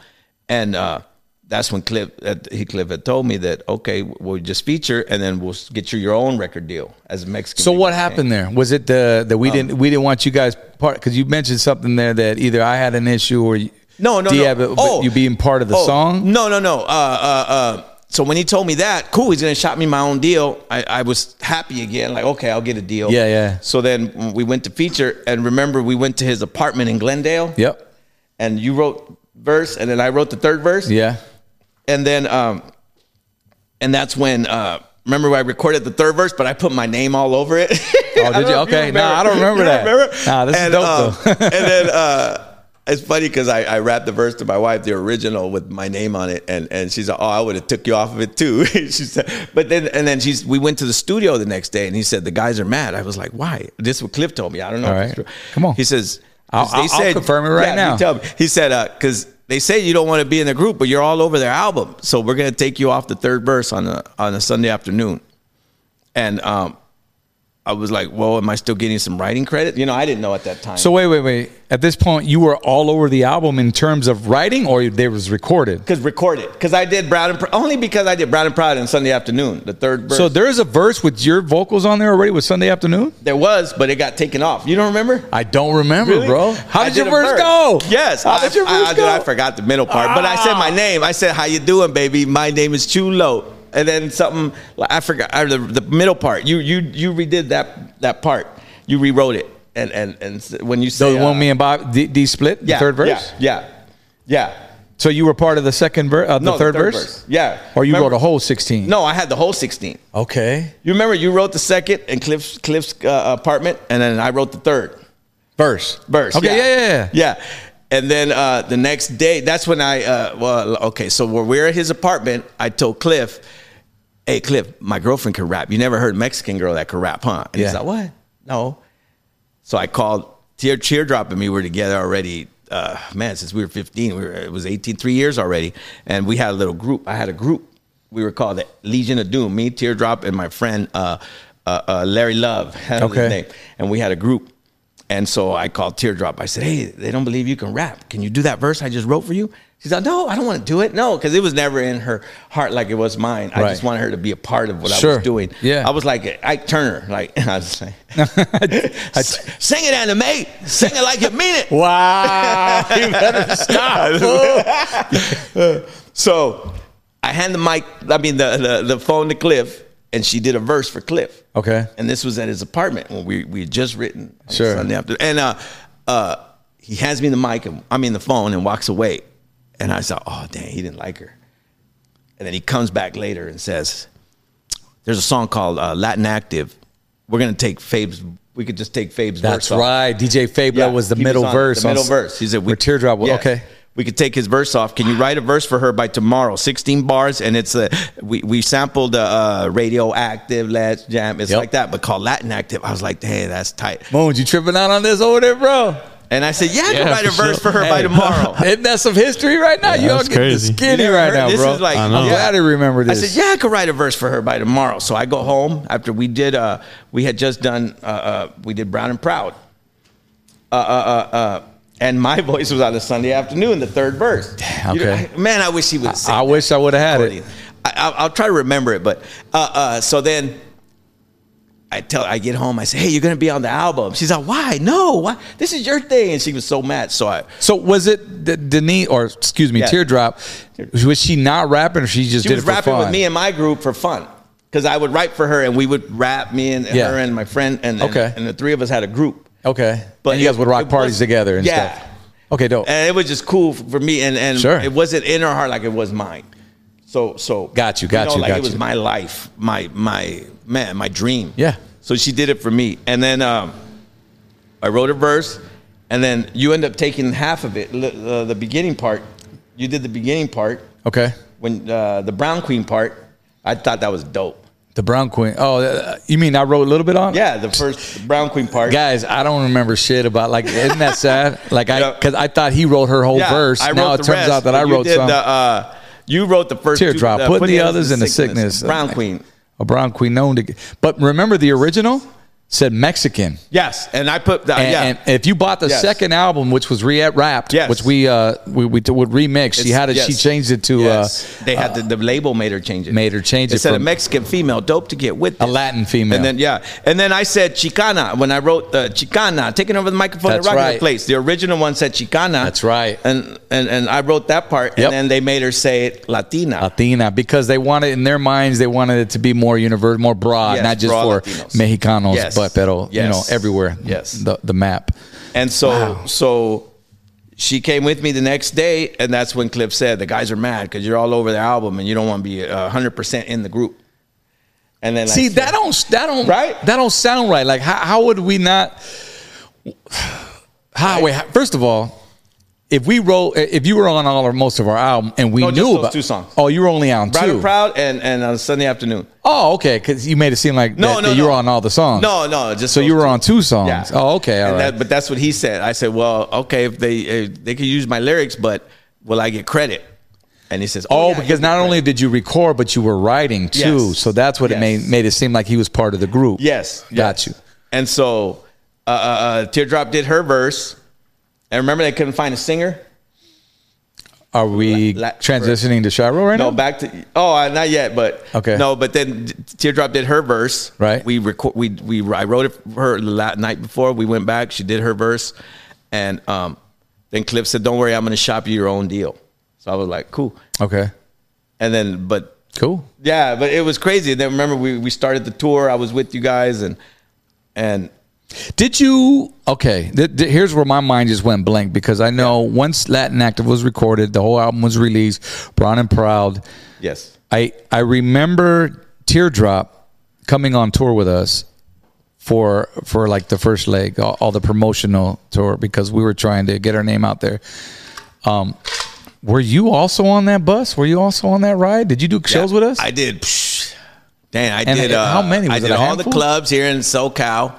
And uh, that's when Cliff uh, he Cliff had told me that okay, we'll just feature, and then we'll get you your own record deal as a Mexican.
So
big
what
band.
happened there? Was it the that we
Um,
didn't we didn't want you guys part because you mentioned something there that either I had an issue or you,
No, no,
D
no.
had, but, but you being part of the
oh,
song.
No, no, no. Uh, uh, uh, so when he told me that, cool, he's gonna shop me my own deal. I, I was happy again, like okay, I'll get a deal.
Yeah, yeah.
So then we went to feature, and remember we went to his apartment in Glendale.
Yep.
And you wrote verse, and then I wrote the third verse.
Yeah.
And then, um, and that's when uh, remember I recorded the third verse, but I put my name all over it.
Oh, did you? Okay. Nah, I don't remember that. Nah, this is dope, though.
and then uh, it's funny because I, I rapped the verse to my wife, the original, with my name on it, and and she's like, "Oh, I would have took you off of it too." she said, but then and then she's we went to the studio the next day, and he said the guys are mad. I was like, "Why?" This is what Cliff told me. I don't know.
All
if
right.
it's true.
Come on.
He says.
I'll-
'cause
I'll- I'll confirm it right
you
now.
tell me. He said, because they say you don't want to be in the group, but you're all over their album, so we're gonna take you off the third verse on a on a Sunday afternoon, and um, I was like, well, am I still getting some writing credit? You know, I didn't know at that time.
So wait, wait, wait. At this point, you were all over the album in terms of writing, or they was recorded.
because recorded, because I did Brown and Pr- only because I did Brown and Proud on Sunday afternoon, the third verse.
So there's a verse with your vocals on there already with Sunday afternoon.
there was, but it got taken off. You don't remember?
I don't remember,
Really?
bro. How
I
did your
a
verse go?
Yes,
How
I,
did your
I-
verse
I-
go? Ah.
dude, I forgot the middle part, but I said my name. I said, "How you doing, baby? My name is Chulo." And then something like I forgot or the, the middle part. You you you redid that that part. You rewrote it, and and and s- when you
So
say
the
uh,
one me and Bob D, D split the third verse.
yeah, yeah, yeah.
So you were part of the second verse, uh, the
No,
third, verse?
yeah.
or you
Remember-
wrote a whole sixteen?
No, I had the whole sixteen.
Okay.
You remember you wrote the second in Cliff's Cliff's uh, apartment, and then I wrote the third
Verse.
verse.
Okay. Yeah. Yeah. yeah.
yeah. And then uh, the next day, that's when I, uh, well, okay, so when we we're at his apartment, I told Cliff, hey, Cliff, my girlfriend can rap. You never heard a Mexican girl that could rap, huh? And he's
Yeah.
like, what? No. So I called Tear Teardrop and me were together already. Uh, man, since we were 15, we were, it was 18, three years already. And we had a little group. I had a group. We were called the Legion of Doom. Me, Teardrop, and my friend uh, uh, uh, Larry Love. That was his
Okay.
name. And we had a group. And so I called Teardrop. I said, Hey, they don't believe you can rap. Can you do that verse I just wrote for you? She's like, No, I don't want to do it. No, because it was never in her heart like it was mine. I just
Right.
wanted her to be a part of what I
Sure.
was doing.
Yeah.
I was like Ike Turner. Like, I was like, Sing it, anime. Sing it like you mean it.
Wow. you better stop. fool.
So I hand the mic, I mean the, the the phone to Cliff, and she did a verse for Cliff.
Okay.
And this was at his apartment when we we had just written on
Sure.
Sunday after. And uh, uh, he hands me the mic, and I mean the phone, and walks away. And I saw, oh dang, he didn't like her. And then he comes back later and says, "There's a song called uh, Latin Active. We're gonna take Fabe's. We could just take Fabe's
That's
verse off."
right. DJ Fabla
Yeah,
was the
he
middle
on it,
verse.
The
on
middle
s-
verse. He said,
where teardrop. was
yeah,
Okay.
We could take his verse off. Can you write a verse for her by tomorrow? Sixteen bars, and it's a we we sampled uh, uh, radioactive last jam. It's
Yep.
like that, but called Latin active. I was like, hey, that's tight.
Moons, you tripping out on this over there, bro?
And I said, yeah, I can
Yeah,
write a
for
verse
sure.
for her by
Hey.
tomorrow.
Isn't that some history right now? you all
that's
getting
crazy.
skinny
You never
right
heard-
now,
this
bro.
is like-
I
I'm
know.
glad I remember
I
this.
said, yeah, I could write a verse for her by tomorrow. So I go home after we did. Uh, we had just done. Uh, uh, we did Brown and Proud. Uh, uh, uh, uh, and my voice was on the Sunday afternoon, the third verse.
Damn,
You know,
okay.
I- man, I wish he would.
I wish I would have had it.
I, I'll, I'll try to remember it, but uh, uh, so then I tell I get home. I say, "Hey, you're gonna be on the album." She's like, "Why? No, why? this is your thing." And she was so mad. So I
So was it D- Denise, or excuse me,
Yeah.
Teardrop? Was she not rapping, or she just
she
did
was
it for
rapping
fun?
with me and my group for fun because I would write for her and we would rap me and, and
Yeah.
her and my friend and, and-
Okay.
and the three of us had a group.
okay,
But
and you guys
it-
would rock
it
parties
was-
together and
Yeah.
stuff. Okay, dope.
and it was just cool for me and and
Sure.
it wasn't in her heart like it was mine So so
Got you, got
know,
you,
like
got
it was
you.
my life, my my man, my dream.
Yeah.
So she did it for me, and then um, I wrote a verse, and then you end up taking half of it, l- uh, the beginning part. You did the beginning part
Okay.
when uh, the Brown Queen part. I thought that was dope.
The Brown Queen. Oh, uh, you mean I wrote a little bit on? it?
Yeah, the first Brown Queen part.
Guys, I don't remember shit about like. Isn't that sad? Like I,
Yeah.
because I thought he wrote her whole
Yeah,
verse.
I
now
wrote
it
the
turns
rest,
out that
but
I
you
wrote
did
some.
The, uh, you wrote the first two,
Teardrop,
uh,
putting
Put
the others in the sickness.
Brown Queen.
a Brown Queen known to. But remember, the original said Mexican.
Yes, and I put that.
And,
Uh, yeah,
and if you bought the
Yes.
second album, which was re-wrapped,
Yes.
which we uh we, we would remix, she
It's-
had it. She
yes.
changed it to
Yes.
uh,
they had the, the label made her change it.
made her change
it.
it
said a
from-
Mexican female, dope to get with
a
it.
Latin female.
And then yeah, and then I said Chicana when I wrote the Chicana, taking over the microphone
That's
and rocking
right.
the place. The original one said Chicana.
That's right.
And and and I wrote that part,
Yep.
and then they made her say it Latina.
Latina because they wanted in their minds they wanted it to be more universal, more broad,
Yes,
not just
broad
for
Latinos.
Mexicanos,
Yes.
but pero you know
Yes.
everywhere.
Yes.
the the map.
And so so she came with me the next day, and that's when Cliff said, "The guys are mad because you're all over the album, and you don't want to be hundred percent in the group." And then I
See
said-
that don't that don't
Right?
that don't sound right. Like how how would we not? How wait, how- first of all. If we wrote, if you were on all or most of our album, and we
No,
knew
just those
about
two songs.
Oh, you were only on
Proud
two.
and proud, and and on Sunday afternoon.
Oh, okay. Because you made it seem like
No,
that-
no,
that you
no.
were on all the songs.
No, no, just
So you
those
were on two songs. Oh, okay. all
And
right.
that- but that's what he said. I said, "Well, okay, if they if they could use my lyrics, but will I get credit?" And he says,
Oh,
yeah,
because
you
not
get
only
credit."
did you record, but you were writing too.
Yes.
So that's what it
Yes.
made made it seem like he was part of the group.
yes,
got
yes.
you.
And so, uh, uh, uh, Teardrop did her verse, and remember they couldn't find a singer.
Are we
La- la-
transitioning to Shiro right
No,
now?
back to oh, uh, not yet, but
Okay.
No, but then Teardrop did her verse.
Right.
We record. We we I wrote it for her la- night before. We went back. She did her verse, and um, then Cliff said, "Don't worry, I'm going to shop you your own deal." So I was like, "Cool."
Okay,
And then, but
cool.
yeah, but it was crazy. And then remember, we we started the tour. I was with you guys, and and
Did you? Okay, th- th- here's where my mind just went blank because I know once Latin Active was recorded, the whole album was released, Brown and Proud.
yes,
I I remember Teardrop coming on tour with us for for like the first leg, all, all the promotional tour because we were trying to get our name out there. Um, were you also on that bus? Were you also on that ride? Did you do shows
Yeah,
with us?
I did. Psh, Dang, I
And
did.
it-
Uh,
how many? Was
I
it
did
a
all the
handful?
clubs here in SoCal.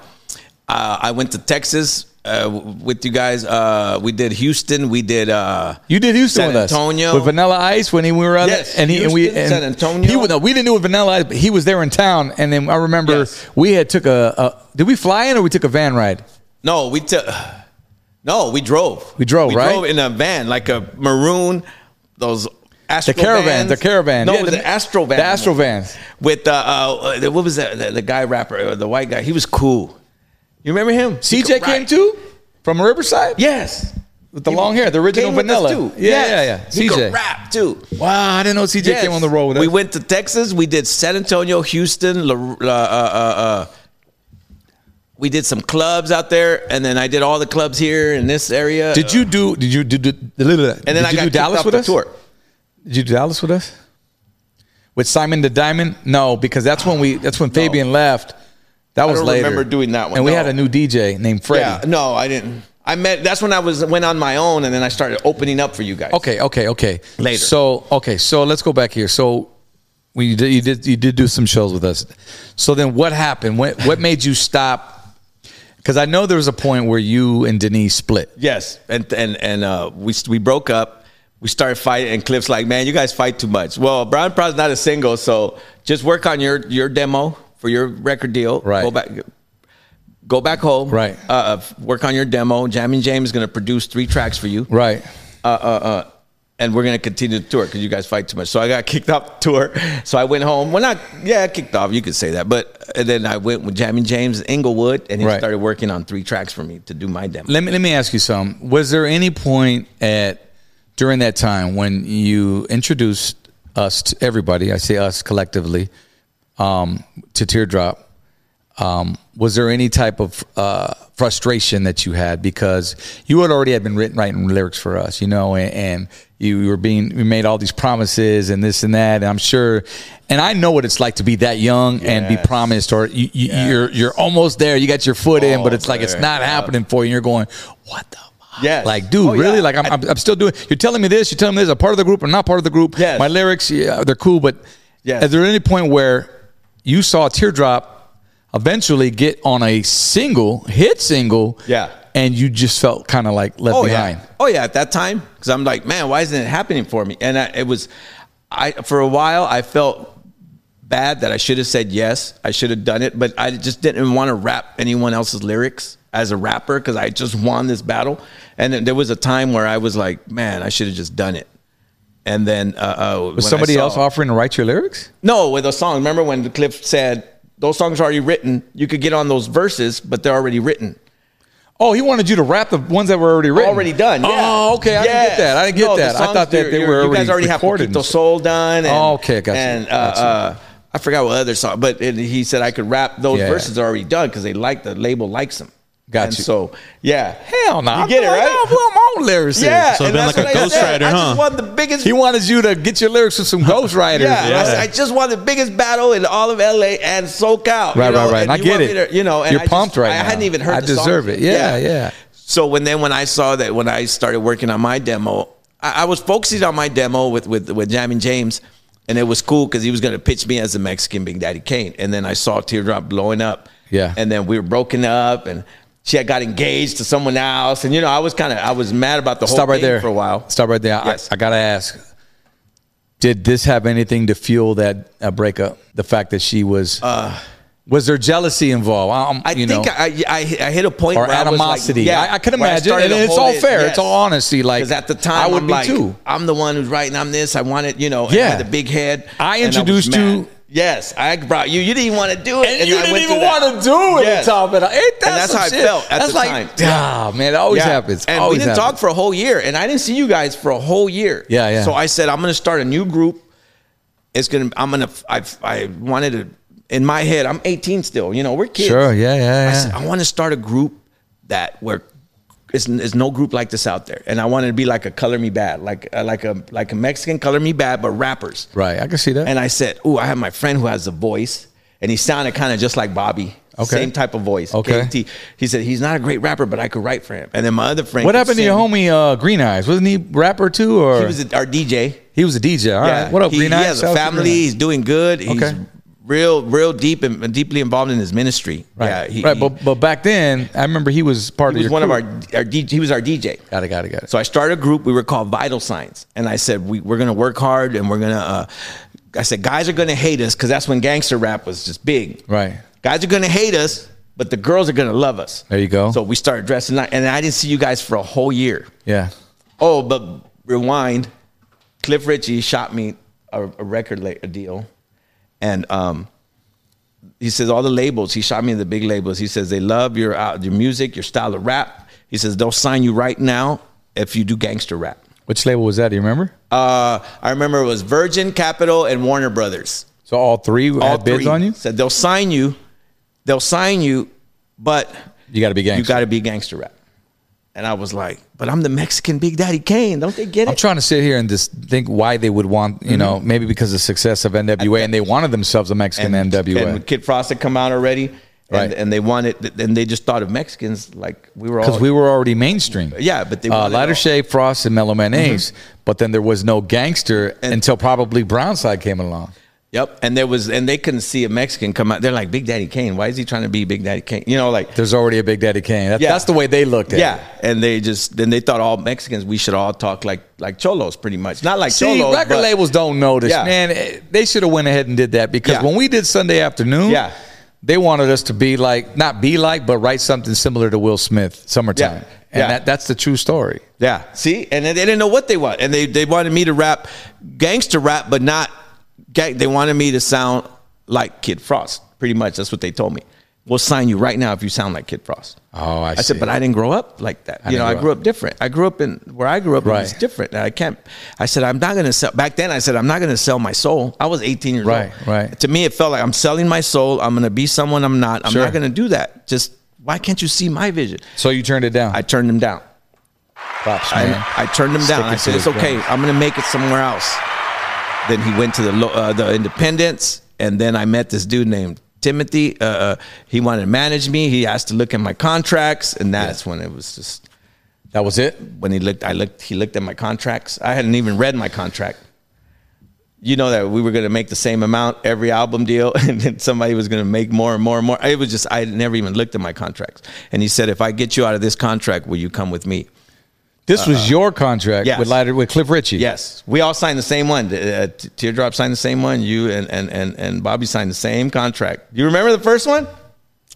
Uh, I went to Texas uh, w- with you guys. Uh, we did Houston. We did. Uh,
you did Houston
San
with us
Antonio.
with Vanilla Ice when he, we were on
Yes,
it, and he and we
Houston,
and
San Antonio.
He, would- no, we didn't do it with Vanilla Ice, but he was there in town, and then I remember
Yes.
we had took a, a did we fly in or we took a van ride?
no, we took. No, we drove.
We drove,
We
right?
drove in a van, like a maroon. Those.
The
Astro
caravan,
vans.
the caravan,
No,
Yeah,
it was
the,
an Astro van.
the Astro van.
with uh, uh, the- what was that? The, the guy rapper, uh, the white guy. He was cool. You remember him? He
CJ
could
came
write.
too from Riverside.
Yes,
with the long hair, the original
Came with
Vanilla.
us, too.
Yeah,
Yes.
yeah,
He
yeah.
could
CJ.
rap too.
Wow, I didn't know CJ
Yes.
came on the road with us.
We went to Texas. We did San Antonio, Houston. La, La- uh, uh, uh, we did some clubs out there, and then I did all the clubs here in this area.
Did you do? Did you do? do and then
And then I
you
got
do
kicked
Dallas
off
with
the
us.
tour.
Did you do Dallas with us? With Simon the Diamond? No, because that's when we. That's when Fabian left. That was
don't
later.
remember doing that one,
And we
no.
had a new DJ named Freddie.
Yeah. No, I didn't. I met. That's when I was went on my own, and then I started opening up for you guys.
Okay, okay, okay.
Later.
So okay, so let's go back here. So we you did you did, you did do some shows with us. So then what happened? What what made you stop? Because I know there was a point where you and Denise split.
Yes, and and and uh, we we broke up. We started fighting, and Cliff's like, "Man, you guys fight too much." Well, Brian Proud's not a single, so just work on your your demo for your record deal.
Right.
Go back. Go back home.
Right.
Uh, Uh, work on your demo. Jammin' James is going to produce three tracks for you.
Right.
Uh, uh, uh, and we're going to continue the tour because you guys fight too much. So I got kicked off the tour. So I went home. Well, not yeah, kicked off. You could say that, but and then I went with Jammin' James in Inglewood, and he
Right.
started working on three tracks for me to do my demo.
Let me let me ask you something. Was there any point at during that time when you introduced us to everybody? I say us collectively um, to Teardrop. Um, was there any type of uh, frustration that you had because you had already had been written writing lyrics for us, you know, and, and you were being you made all these promises and this and that and i'm sure and i know what it's like to be that young and be
Yes.
promised or you, you, you're you're almost there you got your foot in but
Oh,
it's like it's
there,
not
yeah.
happening for you and you're going what the fuck?
Yes.
Like, dude,
Oh, yeah.
really? Like, I'm,
I-
I'm, I'm still doing. You're telling me this. You're telling me this. I'm part of the group. I'm not part of the group.
Yes.
My lyrics, yeah, they're cool, but
Yes.
is there any point where you saw Teardrop eventually get on a single hit single?
Yeah.
And you just felt kind of like left
oh
behind.
yeah, oh yeah. At that time, because I'm like, man, why isn't it happening for me? And I, it was, I for a while I felt bad that I should have said yes, I should have done it, but I just didn't want to rap anyone else's lyrics as a rapper because I just won this battle. And then there was a time where I was like, man, I should have just done it. And then uh, uh, when I
Was somebody else
saw-
offering to write your lyrics?
No, with those songs. Remember when Cliff said those songs are already written? You could get on those verses, but they're already written.
Oh, he wanted you to rap the ones that were already written.
already done. Yeah.
Oh, okay. I didn't get
Yes.
that. I didn't get
No, the
that. I
songs,
thought that
you're-
they
you're-
were
You
already
guys already have
recorded.
Poquito Soul done. And,
Oh, okay. Gotcha.
And uh, uh, I forgot what other song, but and he said I could rap those
Yeah.
verses are already done because they like the label likes them.
Got
And
you.
So yeah,
Hell no.
You get it
I
right.
blew my own lyrics. in.
Yeah.
So it
and
been
that's
like
what
a
I said.
ghostwriter,
I
huh?
just won the biggest.
He wanted you to get your lyrics with some ghostwriters.
yeah,
Yeah.
I said, I, just won the biggest battle in all of LA and SoCal.
Right,
you know,
right, right. And I
you
get
want me
it.
to- you know, and
You're
I just-
pumped right
I
now.
hadn't even heard.
I
the songs
deserve it.
yet.
Yeah, yeah.
So when then when I saw that when I started working on my demo, I, I was focusing on my demo with with with Jamin James, and it was cool because he was going to pitch me as the Mexican Big Daddy Kane, and then I saw Teardrop blowing up.
Yeah.
and then we were broken up and. She had got engaged to someone else, and you know I was kind of I was mad about the whole
Stop right
thing
there.
for a while.
Stop right there. I-
Yes.
I, gotta ask. Did this have anything to fuel that uh, breakup? The fact that she was was there jealousy involved? I'm,
Uh, I
Um, you
think
know,
I, I I hit a point
or
where
animosity.
I was like, yeah,
I, I can
where
imagine,
started
and
to
it's
hold
all
it,
fair.
yes.
It's all honesty. Like
Because at the time,
I would
am
be
like,
too.
I'm the one who's writing. I'm this. I want it. You know. and
Yeah.
I had the big head.
I
and was
introduced
mad.
you-
Yes, I brought you. You didn't even want to do it,
And, you
I
didn't
went
even
through that.
want to do it,
Yes.
Tom. And, I- ain't that
And that's
some
how I
shit?
felt at
that's
the
like,
time.
Ah, man, it always
Yeah.
happens.
And
always
we didn't
happens.
talk for a whole year, and I didn't see you guys for a whole year.
Yeah, yeah.
So I said, I'm going to start a new group. It's gonna. I'm gonna. I I wanted to. In my head, I'm 18 still. You know, we're kids.
Sure, yeah, yeah,
I
yeah.
said, I want to start a group that where it's, there's no group like this out there, and I wanted to be like a Color Me Bad, like uh, like a like a Mexican Color Me Bad, but rappers.
Right, I can see that.
And I said, "Ooh, I have my friend who has a voice, and he sounded kind of just like Bobby,
Okay.
same type of voice."
Okay.
KT. He said he's not a great rapper, but I could write for him. And then my other friend,
what
could
happened to your
sing.
homie uh, Green Eyes? Wasn't he rapper too, or
He was a- our DJ.
he was a DJ? All right, what up,
he,
Green
he
Eyes?
has
Shout
a
out to Green
family.
Eyes.
He's doing good. He's
Okay.
real, real deep and and deeply involved in his ministry.
Right.
Yeah, he,
right.
he-
But but back then, I remember he was part
he
of
was
your
one of
crew.
our, our DJ, he was our DJ.
Got it. Got it. Got it.
So I started a group. We were called Vital Signs, and I said we, we're going to work hard, and we're going to. Uh, I said guys are going to hate us because that's when gangster rap was just big.
Right.
Guys are going to hate us, but the girls are going to love us.
There you go.
So we started dressing like, and I didn't see you guys for a whole year.
yeah.
Oh, but rewind. Cliff Ritchie shot me a, a record la- a deal, and um, he says all the labels. He shot me the big labels. He says they love your uh, your music, your style of rap. He says they'll sign you right now if you do gangster rap.
Which label was that? Do you remember?
Uh, I remember it was Virgin, Capital, and Warner Brothers.
So all three
All
had bids
three
on you.
said they'll sign you, they'll sign you, but
You got to be gangster.
you got to be gangster rap. And I was like, but I'm the Mexican Big Daddy Kane. Don't they get it?
I'm trying to sit here and just think why they would want,
Mm-hmm.
you know, maybe because of success of NWA and they wanted themselves a Mexican
And
NWA.
Kid Frost had come out already, and,
Right.
and they wanted, and they just thought of Mexicans like we were all.
Because we were already mainstream.
Yeah, but they
uh,
wanted
Lighter
all- Mm-hmm.
Shade, Frost, and Mellow Man Ace. But then there was no gangster
And-
until probably Brownside came along.
Yep, and there was, and they couldn't see a Mexican come out. They're like Big Daddy Kane. Why is he trying to be Big Daddy Kane? You know, like
There's already a Big Daddy Kane. That,
Yeah.
That's the way they looked at it.
yeah. And they just then they thought all Mexicans we should all talk like like cholos, pretty much. Not like
See,
cholos.
record
but-
labels don't notice,
Yeah.
man. eh, They should have went ahead and did that because
Yeah.
when we did Sunday afternoon,
Yeah.
they wanted us to be like, not be like, but write something similar to Will Smith, Summertime. And
Yeah.
That, that's the true story.
Yeah. See, and then they didn't know what they want, and they they wanted me to rap gangster rap, but not gang. They wanted me to sound like Kid Frost. Pretty much, that's what they told me. We'll sign you right now if you sound like Kid Frost.
Oh, I
I said,
see.
but I didn't grow up like that. you
didn't
know, I
grow
grew
up-
up different. I grew up in where I grew up. It was
Right.
different. And I can't. I said, I'm not gonna sell. Back then, I said, I'm not gonna sell my soul. I was 18 years
Right,
old.
right.
To me, it felt like I'm selling my soul. I'm gonna be someone I'm not. I'm
Sure.
not gonna do that. Just why can't you see my vision?
So you turned it down.
I turned them down.
Props, man.
I, I turned him down.
Sticking
I
to
said,
his
"It's okay.
guns.
I'm going to make it somewhere else." Then he went to the lo- uh, the Independence, and then I met this dude named Timothy. Uh, uh, he wanted to manage me. He asked to look at my contracts, and that's when it was just
That was it.
when he looked. I looked. He looked at my contracts. I hadn't even read my contract. You know that we were going to make the same amount every album deal, and then somebody was going to make more and more and more. It was just I had never even looked at my contracts. And he said, "If I get you out of this contract, will you come with me?"
This was your contract
Uh-uh. Yes.
with Lighter with Cliff Ritchie.
Yes, we all signed the same one. Uh, T- Teardrop signed the same one. You and, and and and Bobby signed the same contract. You remember the first one?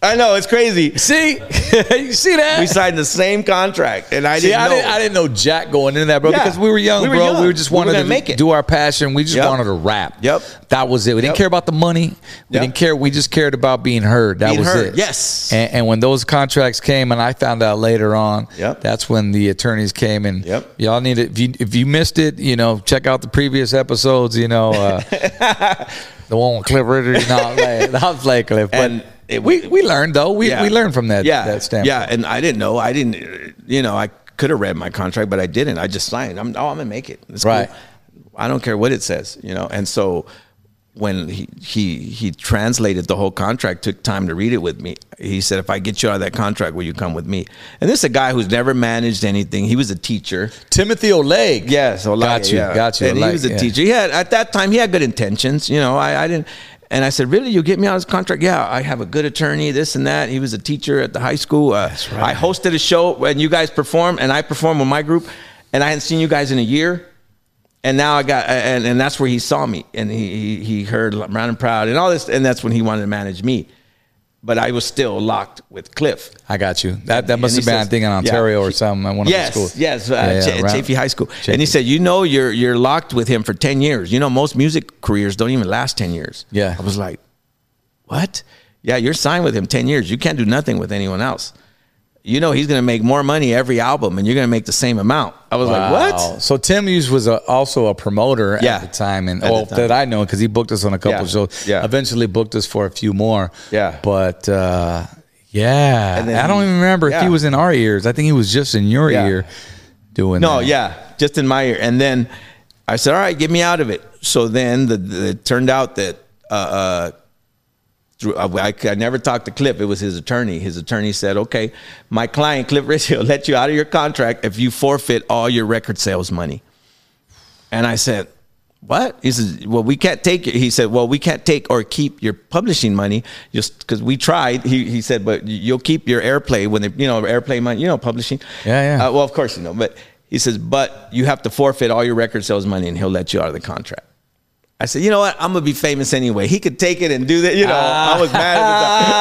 I know it's crazy.
See, you see that?
We signed the same contract, and I
See,
didn't
I
know.
didn't, I didn't know Jack going into that, bro,
Yeah.
because we were young,
We were
bro.
young.
We were just
We were
wanted
gonna
to
make it.
do our passion. We just
Yep.
wanted to rap.
Yep.
That was it. We didn't
Yep.
care about the money. We
Yep.
didn't care. We just cared about being heard. That
Being
was
heard.
it.
Yes.
And, and when those contracts came, and I found out later on,
Yep.
that's when the attorneys came and
Yep.
y'all need it. If you, if you missed it, you know, check out the previous episodes. You know, uh, the one with Cliff Ritter. You know, I was like- I was like Cliff, but
And it-
we we learned though. We
Yeah.
we learned from that.
Yeah,
that standpoint.
yeah. And I didn't know. I didn't. uh, You know, I could have read my contract, but I didn't. I just signed. I'm. Oh, I'm gonna make it. It's cool.
Right.
I don't care what it says. You know. And so when he he he translated the whole contract, took time to read it with me. He said, "If I get you out of that contract, will you come with me?" And this is a guy who's never managed anything. He was a teacher.
Timothy Oleg.
Yes, Olave,
Got you,
yeah.
got you,
And
Olave,
he was a
yeah.
teacher. He had at that time he had good intentions. You know, I, I didn't. And I said, "Really, you get me out of this contract? Yeah, I have a good attorney, this and that." He was a teacher at the high school. Uh, I hosted a show when you guys performed, and I performed with my group, and I hadn't seen you guys in a year. And now I got, and, and that's where he saw me, and he he, he heard "Round and Proud" and all this, and that's when he wanted to manage me. But I was still locked with Cliff.
I got you. That that
And
must
he
have been I
says-
think in
yeah.
Ontario or something. at One of
Yes,
the schools.
yes, uh,
Yeah, yeah,
Ch-
right.
Chafee High School.
Chafee.
And he said, "You know, you're you're locked with him for ten years. You know, most music careers don't even last ten years."
Yeah.
I was like, "What? Yeah, you're signed with him ten years. You can't do nothing with anyone else. You know, he's going to make more money every album, and you're going to make the same amount." I was like,
Wow.
"What?"
So Tim Hughes was a, also a promoter
Yeah.
at the time, and
At the
oh,
time.
that I know because he booked us on a couple
Yeah.
shows.
Yeah.
Eventually booked us for a few more.
Yeah.
But uh, yeah,
And then
I don't
he-
even remember if he
yeah.
was in our ears. I think he was just in your
Yeah.
ear doing.
No,
that.
yeah, just in my ear. And then I said, "All right, get me out of it." So then the, the, it turned out that uh, uh, through, I, I never talked to Cliff. It was his attorney. His attorney said, "Okay, my client Cliff Ritchie will let you out of your contract if you forfeit all your record sales money." And I said, "What?" He says, "Well, we can't take it." He said, "Well, we can't take or keep your publishing money just because we tried." He, he said, "But you'll keep your airplay when they, you know, airplay money, you know, publishing."
Yeah, yeah.
Uh, well, of course you know, but he says, "But you have to forfeit all your record sales money, and he'll let you out of the contract." I said, you know what? I'm gonna be famous anyway. He could take it and do that. You know,
Ah.
I was mad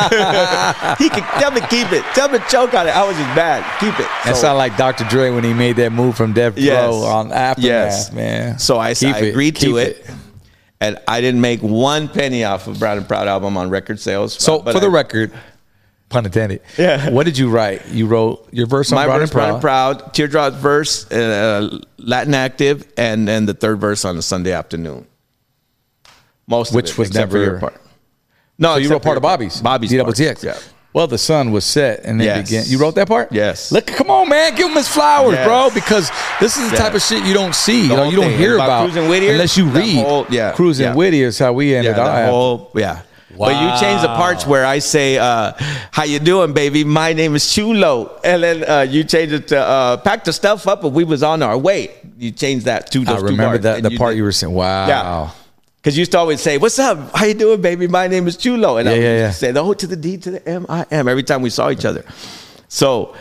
at the time. he could tell me keep it. Tell me choke on it. I was just mad. Keep it.
That
So-
sounded like Dr. Dre when he made that move from Death
Yes.
Row on Aftermath,
Yes.
man.
So I,
Keep
I
it,
agreed
keep
to it. and I didn't make one penny off of Brown and Proud album on record sales.
So
But
for the
I-
record, pun intended.
Yeah.
What did you write? You wrote your verse on
my
Brown
verse,
and Proud.
Brown and Proud, Teardrop verse, uh, Latin active, and then the third verse on the Sunday afternoon. Most
Which
of it,
was
except for
never-
your part. No,
So you wrote part of Bobby's.
Bobby's part.
DWTX.
Yeah.
Well, the sun was set and it
Yes.
began. You wrote that part?
Yes.
Look, come on, man. Give him his flowers,
Yes.
bro, because this is the type of
Yes.
shit you don't see. You,
The
know,
whole
you don't
thing.
hear
About
about
Cruz and Whittier,
unless you
that
read.
whole- yeah,
Cruising
yeah.
Whittier is how we ended
Yeah,
our
the
app.
whole yeah. But you change the parts where I say, uh, "How you doing, baby? My name is Chulo," and then uh, you change it to uh, "Pack the stuff up, and we was on our way." You change that to those
I
two
remember
bars,
that
and
the part
did-
you were saying. Wow.
yeah. Because you used to always say, "What's up? How you doing, baby? My name is Chulo," and I
Yeah,
would
yeah, yeah.
say the O to the D to the M I M every time we saw each other. So,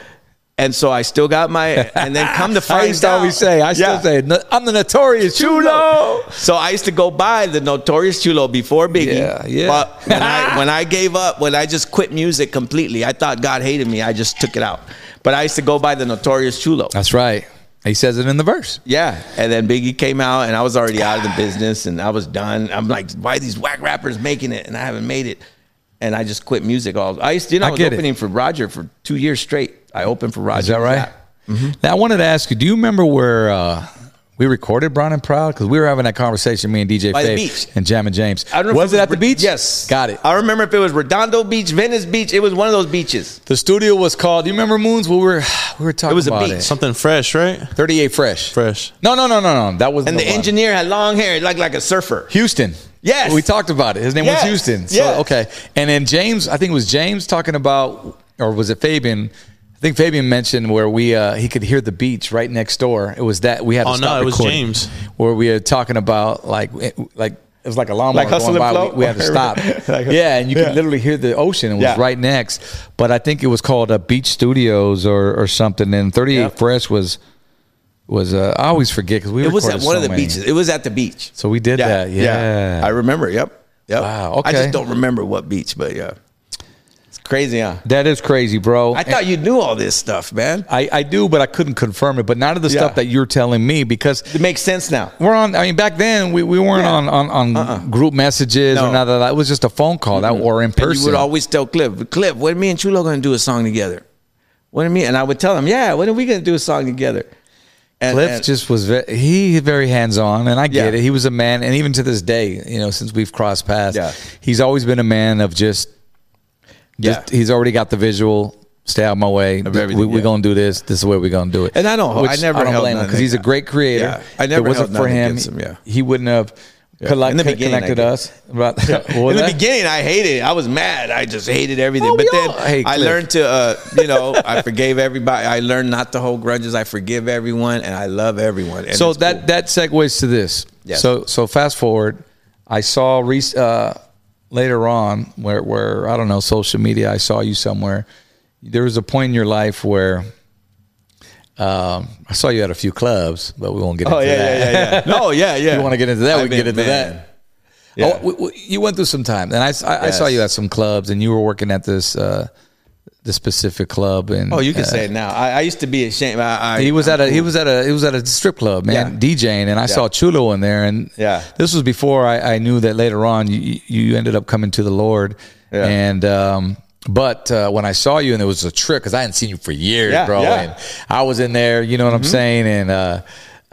and so I still got my, and then come to find
I used to
out,
always say, I still
Yeah.
say, "No- I'm the notorious Chulo.
Chulo. So I used to go by the Notorious Chulo before Biggie.
Yeah, yeah.
But when I, when I gave up, when I just quit music completely, I thought God hated me. I just took it out. But I used to go by the Notorious Chulo.
That's right. He says it in the verse.
Yeah. And then Biggie came out, and I was already out of the business, and I was done. I'm like, why are these whack rappers making it, and I haven't made it. And I just quit music. All I used, to, you know,
I
I, was
get it.
opening for Roger for two years straight. I opened for Roger.
Is that right?
Mm-hmm.
Now I wanted to ask you: Do you remember where uh, we recorded Brown and Proud? Because we were having that conversation, me and DJ
By the
Faith
beach.
and Jam and James.
I don't know if
was it, at the
Re-
beach?
Yes. Uh,
got it.
I remember if it was Redondo Beach, Venice Beach. It was one of those beaches.
The studio was called. Do you remember Moons? We were we were talking
It was a
about
beach.
it.
Something fresh, right?
38 fresh.
Fresh.
No, no, no, no, no. That was
And the engineer had long hair, like like a surfer.
Houston.
Yes.
We talked about it. His name
Yes.
was Houston. So,
Yes.
okay. And then James, I think it was James talking about, or was it Fabian? I think Fabian mentioned where we uh, he could hear the beach right next door. It was that we had. To
Oh,
stop
no, it was
recording.
James.
Where we were talking about like it- like it was like a lawnmower
Like Hustle
going
and
by.
Flow?
We, we had to stop.
Like-
yeah, and you
Yeah.
could literally hear the ocean. It was
Yeah.
right next. But I think it was called uh, Beach Studios or or something. And Thirty Eight
Yeah.
Fresh was was uh, I always forget because we
It was at
recorded
one
so
of the
many.
beaches. It was at the beach.
So we did that. Yeah.
I remember. Yep. Yep.
Wow,
I
okay.
just don't remember what beach, but yeah. It's crazy, huh?
That is crazy, bro.
I thought you knew all this stuff, man.
I, I do, but I couldn't confirm it. But none of the stuff
Yeah.
that you're telling me because
It makes sense now.
we're on. I mean, back then we, we weren't
Yeah. Uh-uh.
on on, on group messages or
No.
none of that. It was just a phone call that or in
And you
person.
would always tell Cliff, Cliff, when me and Chulo gonna do a song together? What do you mean? And I would tell him, Yeah, when are we gonna do a song together? And,
Cliff
and-
just was very, he very hands on, and I get
Yeah.
it. He was a man, and even to this day, you know, since we've crossed paths,
Yeah.
he's always been a man of just. just
Yeah.
he's already got the visual. Stay out of my way. We,
everything,
we're
yeah.
gonna do this. This is the way we're gonna do it.
And I don't- I never
don't
held
blame him because
nothing.
he's a great creator.
Yeah. I
If
never
it wasn't
held
for
nothing
him.
against him, yeah.
he wouldn't have colla-
In the beginning, I
connected
did.
us. Right. What was
In the
that?
beginning, I hated it. I was mad. I just hated everything.
Oh,
but
we
then
all- Hey,
I
Cliff.
learned to, uh, you know, I forgave everybody. I learned not to hold grudges. I forgive everyone, and I love everyone. And
so
it's
that
cool.
that segues to this.
Yes.
So so fast forward, I saw rec- uh, later on where where I don't know social media. I saw you somewhere. There was a point in your life where um, I saw you at a few clubs, but we won't get
Oh
into
yeah,
that.
yeah, yeah, yeah. No, yeah, yeah.
You want to get into that?
I
we can
mean,
get into
man.
that.
Yeah.
Oh, we, we, you went through some time, and I, s- I- I saw
Yes.
you at some clubs, and you were working at this uh, this specific club. And
Oh, you can
uh,
say it now. I, I used to be ashamed. I, I,
he was at a he was at a he was at a strip club, man,
Yeah.
DJing, and I saw Chulo in there, and
Yeah.
this was before I, I knew that later on you you ended up coming to the Lord,
Yeah.
and um, but uh, when I saw you and it was a trip because I hadn't seen you for years,
Yeah,
bro,
yeah. Mm-hmm.
and I was in there, you know what I'm saying, and uh,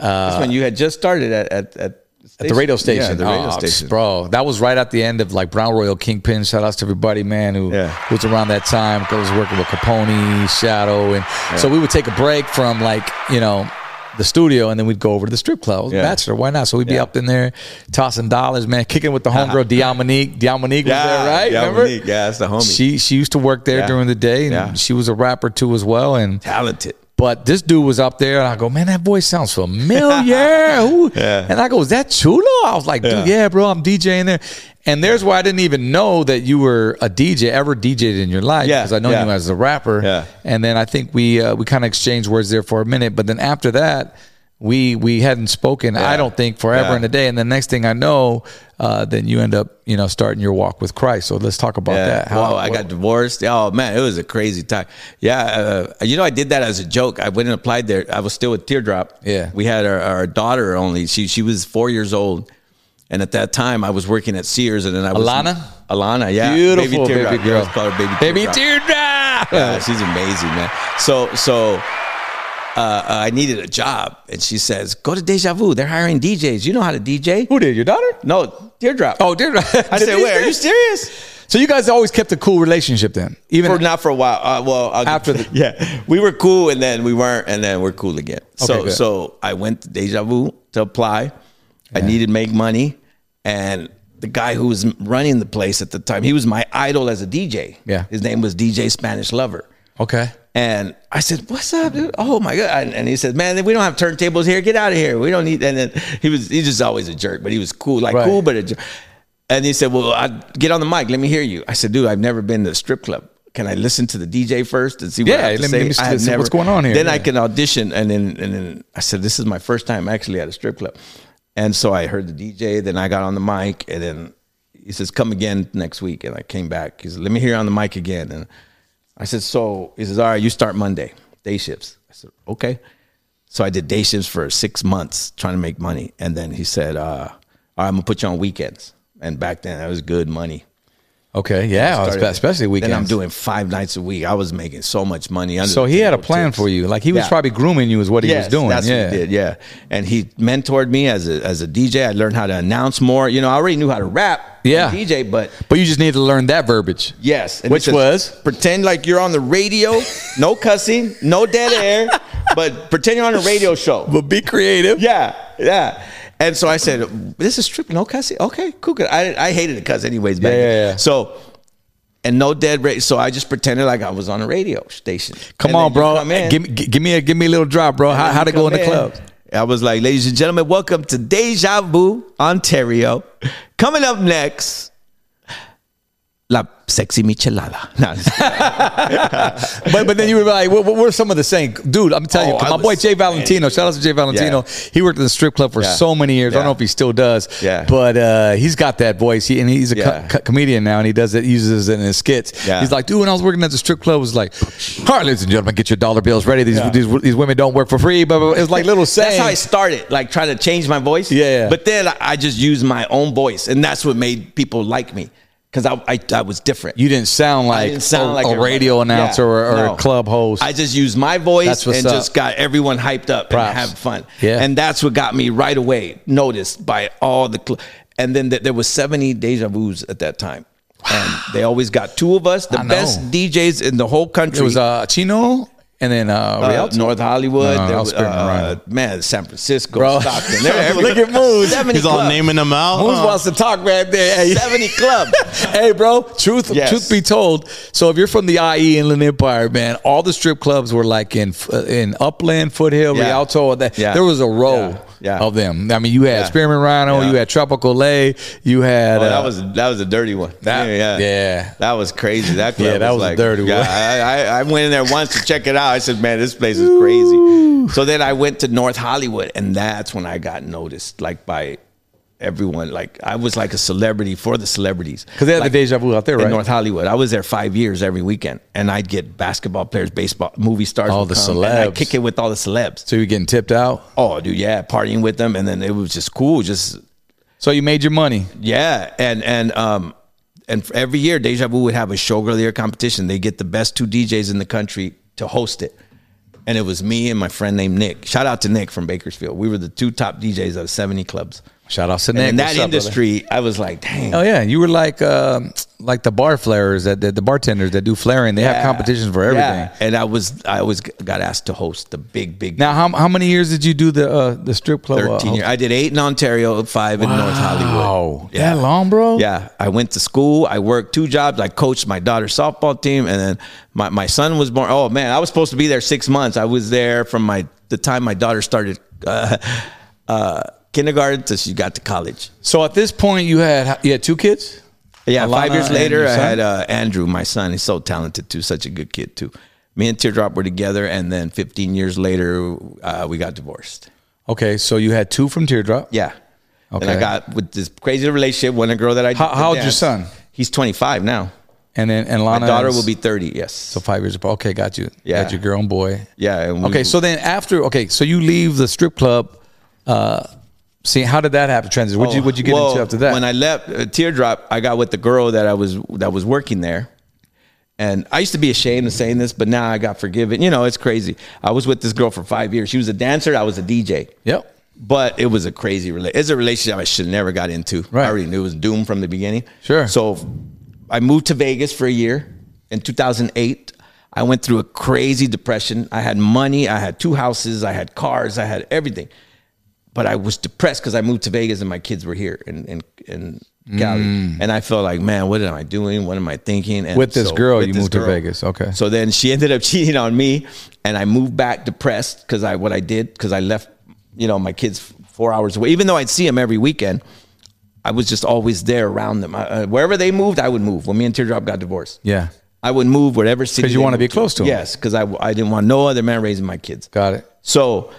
uh,
That's when you had just started at at, at,
at the radio station,
Yeah, the radio
Oh,
station.
bro, that was right at the end of like Brown Royal Kingpin. Shout outs to everybody, man, who
Yeah.
was around that time. 'cause I was working with Capone, Shadow, and so we would take a break from like you know the studio, and then we'd go over to the strip club. I was a
Yeah.
Bachelor, why not? So we'd be
Yeah.
up in there tossing dollars, man, kicking with the homegirl Diamonique. Diamonique was there, right?
Yeah,
Remember?
Monique. yeah, that's the homie.
She she used to work there
Yeah.
during the day, and
Yeah.
she was a rapper too as well, and.
talented.
But this dude was up there, and I go, man, that voice sounds familiar. Who?
Yeah.
And I go, is that Chulo? I was like, dude, yeah.
Yeah.
bro, I'm DJing there. And there's where I didn't even know that you were a DJ, ever DJed in your life,
Yeah,
because I know
yeah.
you as a rapper.
Yeah.
And then I think we uh, we kind of exchanged words there for a minute, but then after that, we we hadn't spoken. I don't think forever
Yeah.
in a day. And the next thing I know, uh, then you end up you know starting your walk with Christ. So let's talk about that.
Wow, I got divorced. Oh man, it was a crazy time. Yeah, uh, you know, I did that as a joke. I went and applied there. I was still with Teardrop.
Yeah.
we had our, our daughter only. She she was four years old, and at that time I was working at Sears, and then I was
Alana?
Alana, yeah,
beautiful baby,
Teardrop.
girl.
Let's call her baby,
Baby
Teardrop.
teardrop.
Yeah, she's amazing, man. So so. Uh, I needed a job, and she says, "Go to Deja Vu. They're hiring DJs. You know how to DJ?
Who did your daughter?
No, Teardrop.
Oh, did
I said, "Wait, are you serious?"
So you guys always kept a cool relationship then, even
for not for a while. Uh, well, I'll get-
After the-
yeah, we were cool, and then we weren't, and then we're cool again. so
good.
so I went to Deja Vu to apply. I needed to make money, and the guy who was running the place at the time, he was my idol as a DJ.
Yeah.
his name was DJ Spanish Lover.
okay.
And I said, "What's up, dude? Oh my god!" And, and he said, "Man, we don't have turntables here. Get out of here. We don't need." And then he was—he's just always a jerk, but he was cool, like
Right.
cool, but a jerk. And he said, "Well, I, get on the mic. Let me hear you." I said, "Dude, I've never been to a strip club. Can I listen to the DJ first and see what
Yeah,
I have to
let me-
say?
let me see-
I had
see what's going on here.
Then
Yeah.
I can audition." And then and then I said, "This is my first time actually at a strip club." And so I heard the DJ. Then I got on the mic, and then he says, "Come again next week." And I came back. He said, "Let me hear you on the mic again." And I said, so he says, all right, you start Monday, day shifts. I said, okay. So I did day shifts for six months trying to make money. And then he said, uh, all right, I'm gonna put you on weekends. And back then that was good money.
Okay, yeah, especially weekends.
Then I'm doing five nights a week. I was making so much money. under
So
the
he had a
table,
plan
too.
for you. Like he was
Yeah.
probably grooming you, is what he
Yes,
was doing.
That's
yeah.
what he did. Yeah, and he mentored me as a as a DJ. I learned how to announce more. You know, I already knew how to rap. and
Yeah.
DJ, but
But you just needed to learn that verbiage.
yes, and he
Which was?
pretend like you're on the radio. no cussing, no dead air, but pretend you're on a radio show.
But be creative.
Yeah, yeah. And so I said, "This is strip, no cussing. Okay, cool. Good. I I hated to cuss anyways back.
Yeah,
then.
yeah, yeah.
So." And no dead rate, so I just pretended like I was on a radio station.
Come
And
on,
then you
bro.
come in.
Give me, give me a, give me a little drop, bro. How, how to go in the club?
I was like, ladies and gentlemen, welcome to Deja Vu, Ontario. Coming up next, La Sexy Michelada. No, I'm just kidding.
but but then you were like, what, what were some of the same, dude? I'm telling
Oh,
you,
I
my boy
was-
Jay Valentino. Shout out to Jay Valentino. He worked in the strip club for
Yeah.
so many years. I don't
Yeah.
know if he still does.
Yeah.
But uh, he's got that voice. He and he's a co-
Yeah.
co- comedian now, and he does it uses it in his skits.
Yeah.
He's like, dude, when I was working at the strip club, it was like, all right, ladies and gentlemen, get your dollar bills ready. These these, these women don't work for free. But but it's like little sayings.
that's how I started, like trying to change my voice.
Yeah, yeah.
But then I- I just used my own voice, and that's what made people like me because I, I, I was different.
you didn't sound like,
didn't sound
a,
like
a
everybody.
radio announcer
Yeah,
or, or
no.
a club host.
I just used my voice
That's what's
and
up.
just got everyone hyped up
Props.
and have fun.
Yeah.
And that's what got me right away noticed by all the. Cl- and then th- there was 70 deja vus at that time. And they always got two of us, the
I know.
best DJs in the whole country.
it was uh, Chino and then uh,
Uh,
Rialto.
North Hollywood,
No, no,
there
I
was,
was spitting
uh,
around.
man, San Francisco,
Bro.
Stockton. There,
Look at Moose.
70
He's all
clubs.
naming them out. Oh,
Moose
Uh,
huh?
wants to talk right there. Hey.
70 club.
hey, bro. Truth,
Yes.
truth be told. So if you're from the IE Inland Empire, man, all the strip clubs were like in uh, in Upland, Foothill,
Yeah.
Rialto. all That
Yeah.
there was a row
Yeah. Yeah.
of them. I mean, you had
Yeah.
Spearman Rhino,
Yeah.
you had Tropical Lay, you had.
Oh,
uh,
that was that was a dirty one.
That-
yeah, yeah,
yeah.
that was crazy. That club
Yeah, that was a
like,
dirty
yeah,
one.
I, I, I went in there once to check it out. I said, man, this place is crazy. So then I went to North Hollywood, and that's when I got noticed, like by everyone. Like I was like a celebrity for the celebrities.
Because they had
Like,
the deja vu out there,
in
right?
North Hollywood. I was there five years every weekend, and I'd get basketball players, baseball, movie stars.
All
would
the
come, and I'd
celebs.
kick it with all the celebs.
so you were getting tipped out.
Oh, dude, yeah, partying with them, and then it was just cool. Just
So you made your money.
yeah, and and um and for every year Deja Vu would have a showgirl year competition. They get the best two DJs in the country to host it. And it was me and my friend named Nick. Shout out to Nick from Bakersfield. We were the two top DJs of 70 clubs.
Shout out to
And
Nick.
in that
What's up, brother?
industry, I was like, dang.
Oh yeah, you were like um like the bar flares that, that the bartenders that do flaring. They have
yeah,
competitions for
yeah.
everything.
And I was I always got asked to host the big, big
Now, how, how many years did you do the uh, the strip club? uh,
13 year.
host-
I did eight in Ontario, five in North Hollywood.
Wow. That long, bro?
Yeah. I went to school. I worked two jobs. I coached my daughter's softball team. And then my, my son was born. Oh, man. I was supposed to be there six months. I was there from my the time my daughter started uh, uh, kindergarten till she got to college.
So at this point, you had you had two kids.
Yeah.
Alana
five years
and
later,
your
I
son?
had uh, Andrew, my son. He's so talented, too. Such a good kid, too. Me and Teardrop were together. And then 15 years later, uh, we got divorced.
Okay, so you had two from Teardrop.
Yeah. Okay. And I
Okay.
got with this crazy relationship, one a girl that I
How-
did
how old's your son?
dance. He's 25 now.
and then and
My
Lana.
daughter
is
will be 30. Yes. So
five years apart. Okay, got you.
Yeah.
got your girl and boy.
yeah. and we-
Okay, so then after okay, so you leave the strip club. Uh, see, how did that happen? Transition. What would you what you get
Oh, well,
into after that?
When I left uh, Teardrop, I got with the girl that I was that was working there. And I used to be ashamed of saying this, but now I got forgiven. You know, it's crazy. I was with this girl for five years. She was a dancer. I was a DJ.
yep.
But it was a crazy relationship. It's a relationship I should have never got into.
Right.
I already knew it was doomed from the beginning.
Sure.
So I moved to Vegas for a year in 2008. I went through a crazy depression. I had money, I had two houses, I had cars, I had everything. But I was depressed because I moved to Vegas and my kids were here in, in, in Cali. And I felt like, man, what am I doing? What am I thinking? And
Mm. With this girl, you moved to
girl.
Vegas. Okay.
So then she ended up cheating on me, and I moved back depressed because I what I did because I left, you know, my kids four hours away. Even though I'd see them every weekend, I was just always there around them. I, uh, wherever they moved, I would move. When me and Teardrop got divorced,
Yeah.
I would move whatever city
'Cause you
they
wanna be
moved
close to 'em.
Yes, because I I didn't want no other man raising my kids.
Got it.
So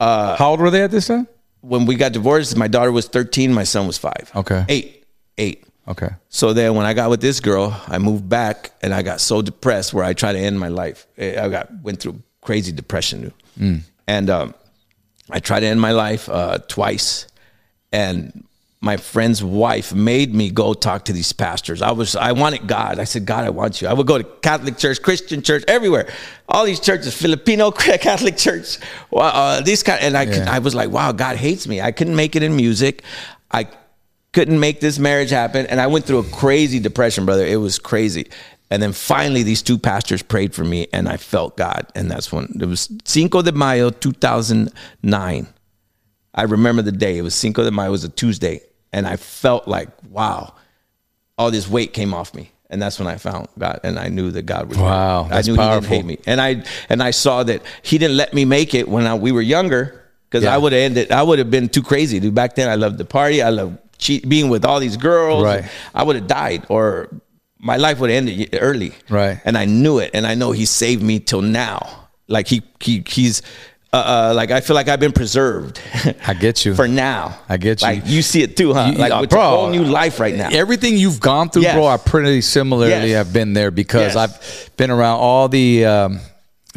how old were they at this time?
when we got divorced, my daughter was thirteen, my son was five.
Okay.
eight, eight.
Okay.
So then when I got with this girl, I moved back and I got so depressed where I tried to end my life. Eh, I got went through crazy depression.
Mm.
dude. And um, I tried to end my life uh, twice. And my friend's wife made me go talk to these pastors. I was I wanted God. I said, God, I want you. I would go to Catholic church, Christian church, everywhere. All these churches, Filipino Catholic church, well, uh, these kind. And I could-
Yeah.
I was like, wow, God hates me. I couldn't make it in music. I couldn't make this marriage happen, and I went through a crazy depression, brother. It was crazy. And then finally, these two pastors prayed for me, and I felt God. And that's when it was Cinco de Mayo, two thousand nine. I remember the day. It was Cinco de Mayo. It was a Tuesday, and I felt like wow, all this weight came off me, and that's when I found God, and I knew that God was.
Wow,
I
that's
knew
powerful.
He didn't hate me, and I and I saw that He didn't let me make it when I, we were younger, because
Yeah.
I would have ended. I would have been too crazy. Dude, back then I loved to party. I loved cheat, being with all these girls.
Right.
I would have died, or my life would have ended early.
Right.
And I knew it, and I know He saved me till now. Like He He He's. Uh, uh, like I feel like I've been preserved.
I get you.
for now.
I get you.
Like you see it too, huh?
You-
like
uh,
it's a whole new life right now.
Everything you've gone through,
Yes.
bro, I pretty similarly
Yes.
have been there because
Yes.
I've been around all the um,